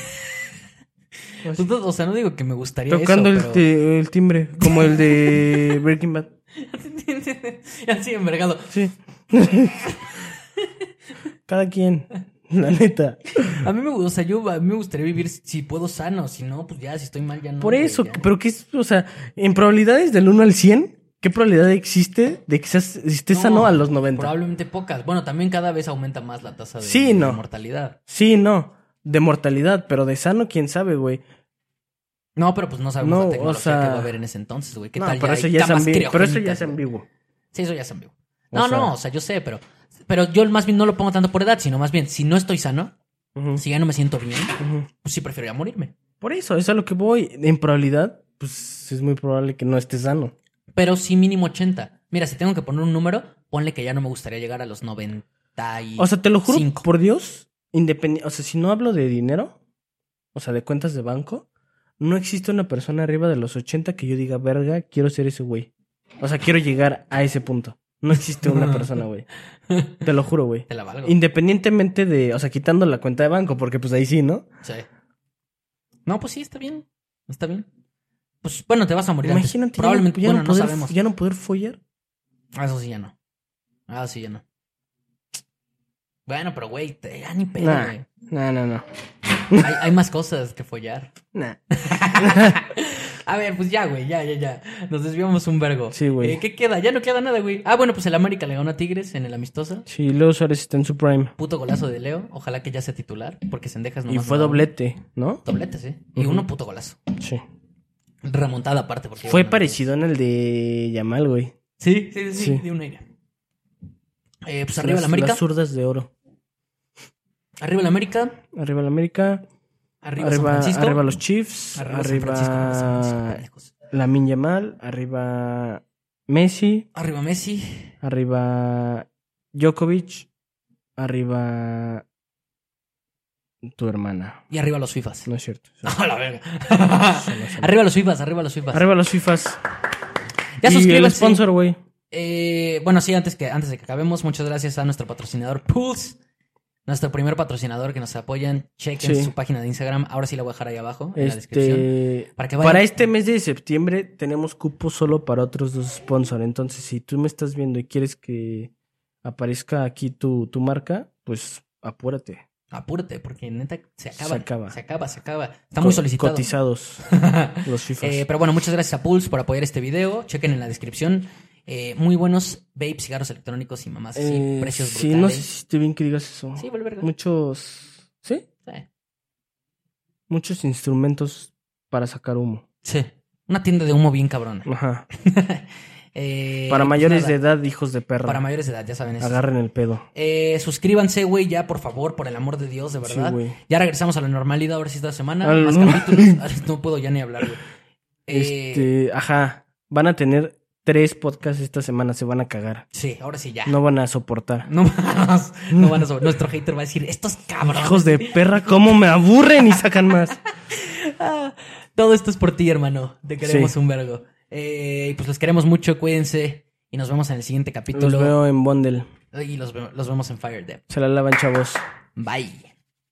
Speaker 1: Pues, no, o sea, no digo que me gustaría
Speaker 2: Tocando
Speaker 1: eso,
Speaker 2: el,
Speaker 1: pero...
Speaker 2: ti- el timbre, como el de Breaking Bad.
Speaker 1: Así envergado.
Speaker 2: Sí. Cada quien. La neta.
Speaker 1: A mí me, o sea, yo, a mí me gustaría vivir si puedo sano, si no, pues ya, si estoy mal, ya no.
Speaker 2: Por
Speaker 1: güey,
Speaker 2: eso,
Speaker 1: ya.
Speaker 2: pero que es, o sea, en probabilidades del 1 al 100, ¿qué probabilidad existe de que seas, estés
Speaker 1: No,
Speaker 2: sano a los 90?
Speaker 1: Probablemente pocas. Bueno, también cada vez aumenta más la tasa de,
Speaker 2: Sí, no.
Speaker 1: de mortalidad.
Speaker 2: Sí, no. De mortalidad, pero de sano, quién sabe, güey.
Speaker 1: No, pero pues no sabemos
Speaker 2: No,
Speaker 1: la
Speaker 2: o
Speaker 1: tecnología
Speaker 2: sea-
Speaker 1: que va a haber en ese entonces, güey. ¿Qué
Speaker 2: No,
Speaker 1: tal
Speaker 2: pero, eso
Speaker 1: hay
Speaker 2: ya es
Speaker 1: camas
Speaker 2: ambi- pero eso ya
Speaker 1: criogénicas,
Speaker 2: es
Speaker 1: güey?
Speaker 2: ambiguo.
Speaker 1: Sí, eso ya es ambiguo.
Speaker 2: O
Speaker 1: No,
Speaker 2: sea-
Speaker 1: no, o sea, yo sé, pero, pero yo más bien no lo pongo tanto por edad, sino más bien, si no estoy sano,
Speaker 2: Ujú,
Speaker 1: si ya no me siento bien,
Speaker 2: ujú.
Speaker 1: pues sí preferiría morirme.
Speaker 2: Por eso, eso es a lo que voy. En probabilidad, pues es muy probable que no estés sano.
Speaker 1: Pero sí mínimo 80. Mira, si tengo que poner un número, ponle que ya no me gustaría llegar a los 90 y...
Speaker 2: O sea, te lo juro,
Speaker 1: Cinco.
Speaker 2: por Dios, independiente. O sea, si no hablo de dinero, o sea, de cuentas de banco, no existe una persona arriba de los 80 que yo diga, verga, quiero ser ese güey. O sea, quiero llegar a ese punto. No existe una persona, güey. Te lo juro, güey.
Speaker 1: te la valgo.
Speaker 2: Independientemente de, o sea, quitando la cuenta de banco, porque pues ahí sí, ¿no?
Speaker 1: Sí. No, pues sí, está bien. Está bien. Pues bueno, te vas a morir antes.
Speaker 2: Imagínate, ya no-
Speaker 1: Probablemente,
Speaker 2: ya,
Speaker 1: bueno,
Speaker 2: no
Speaker 1: no
Speaker 2: poder,
Speaker 1: sabemos.
Speaker 2: ya no poder follar.
Speaker 1: Ah, Eso sí ya no. Ah, eso sí ya no. Bueno, pero güey, te- ya ni pedo,
Speaker 2: Nah.
Speaker 1: güey.
Speaker 2: No, no, no.
Speaker 1: Hay, hay más cosas que follar.
Speaker 2: Nah.
Speaker 1: A ver, pues ya, güey, ya, ya, ya. Nos desviamos un vergo.
Speaker 2: Sí, güey.
Speaker 1: Eh, ¿Qué queda? Ya no queda nada, güey. Ah, bueno, pues el América le ganó a Tigres en el amistoso.
Speaker 2: Sí, Leo Suárez está en su prime.
Speaker 1: Puto golazo de Leo. Ojalá que ya sea titular, porque Sendejas no
Speaker 2: y fue doblete, ¿no?
Speaker 1: Doblete, sí. Y
Speaker 2: Ujú.
Speaker 1: uno puto golazo.
Speaker 2: Sí.
Speaker 1: Remontada aparte, porque.
Speaker 2: Fue
Speaker 1: bueno,
Speaker 2: parecido en el de Yamal, güey.
Speaker 1: Sí, sí, sí, sí,
Speaker 2: Sí.
Speaker 1: de un aire. Eh, pues arriba el
Speaker 2: Las-
Speaker 1: América.
Speaker 2: Las zurdas de oro.
Speaker 1: Arriba el América.
Speaker 2: Arriba el América.
Speaker 1: Arriba, San
Speaker 2: Arriba,
Speaker 1: Francisco.
Speaker 2: arriba los Chiefs.
Speaker 1: Arriba
Speaker 2: Arriba,
Speaker 1: San Francisco, San Francisco, pendejos.
Speaker 2: Lamin Yamal. Arriba Messi.
Speaker 1: Arriba Messi.
Speaker 2: Arriba Djokovic. Arriba tu hermana.
Speaker 1: Y arriba los FIFAs.
Speaker 2: No es cierto.
Speaker 1: A la verga.
Speaker 2: no son-
Speaker 1: arriba los FIFAs, arriba los FIFAs.
Speaker 2: Arriba los FIFAs.
Speaker 1: Ya
Speaker 2: y el
Speaker 1: suscríbanse.
Speaker 2: sponsor, güey.
Speaker 1: Eh, bueno, sí, antes, que, antes de que acabemos, muchas gracias a nuestro patrocinador Pulse. Nuestro primer patrocinador que nos apoyan. Chequen
Speaker 2: Sí.
Speaker 1: su página de Instagram. Ahora sí la voy a dejar ahí abajo en la descripción.
Speaker 2: Este...
Speaker 1: Para que vayan.
Speaker 2: Para este mes de septiembre tenemos cupo solo para otros dos sponsors. Entonces, si tú me estás viendo y quieres que aparezca aquí tu, tu marca, pues apúrate.
Speaker 1: Apúrate, porque neta se acaba.
Speaker 2: Se acaba.
Speaker 1: Se acaba, se acaba. Está muy
Speaker 2: Co-
Speaker 1: solicitado.
Speaker 2: Cotizados los FIFAs.
Speaker 1: Eh, pero bueno, muchas gracias a Pulse por apoyar este video. Chequen en la descripción. Eh, muy buenos vapes, cigarros electrónicos y mamás. así,
Speaker 2: Eh,
Speaker 1: precios
Speaker 2: sí, no
Speaker 1: brutales.
Speaker 2: sé si esté bien que digas eso.
Speaker 1: Sí, vale verga.
Speaker 2: Muchos, ¿sí?
Speaker 1: Eh,
Speaker 2: Muchos instrumentos para sacar humo.
Speaker 1: Sí. Una tienda de humo bien cabrona.
Speaker 2: Ajá.
Speaker 1: Eh,
Speaker 2: para
Speaker 1: pues
Speaker 2: mayores
Speaker 1: nada,
Speaker 2: de edad, hijos de perra.
Speaker 1: Para mayores de edad, ya saben eso.
Speaker 2: Agarren el pedo.
Speaker 1: Eh, suscríbanse, güey, ya, por favor, por el amor de Dios, de
Speaker 2: Sí,
Speaker 1: verdad.
Speaker 2: güey.
Speaker 1: ya regresamos a la normalidad ahora sí esta semana.
Speaker 2: Al-
Speaker 1: Más capítulos. no puedo ya ni hablar, güey. Eh,
Speaker 2: Este, ajá. Van a tener tres podcasts esta semana. Se van a cagar.
Speaker 1: Sí, ahora sí ya.
Speaker 2: No van a soportar.
Speaker 1: No más. No van a sobre- Nuestro hater va a decir, estos cabrones.
Speaker 2: Hijos de perra, cómo me aburren y sacan más.
Speaker 1: Ah, todo esto es por ti, hermano. Te queremos
Speaker 2: Sí.
Speaker 1: un vergo. Eh, pues los queremos mucho, cuídense. Y nos vemos en el siguiente capítulo.
Speaker 2: Los veo en Bondel.
Speaker 1: Y los, ve- los vemos en Fire Depp.
Speaker 2: Se la lavan, chavos.
Speaker 1: Bye.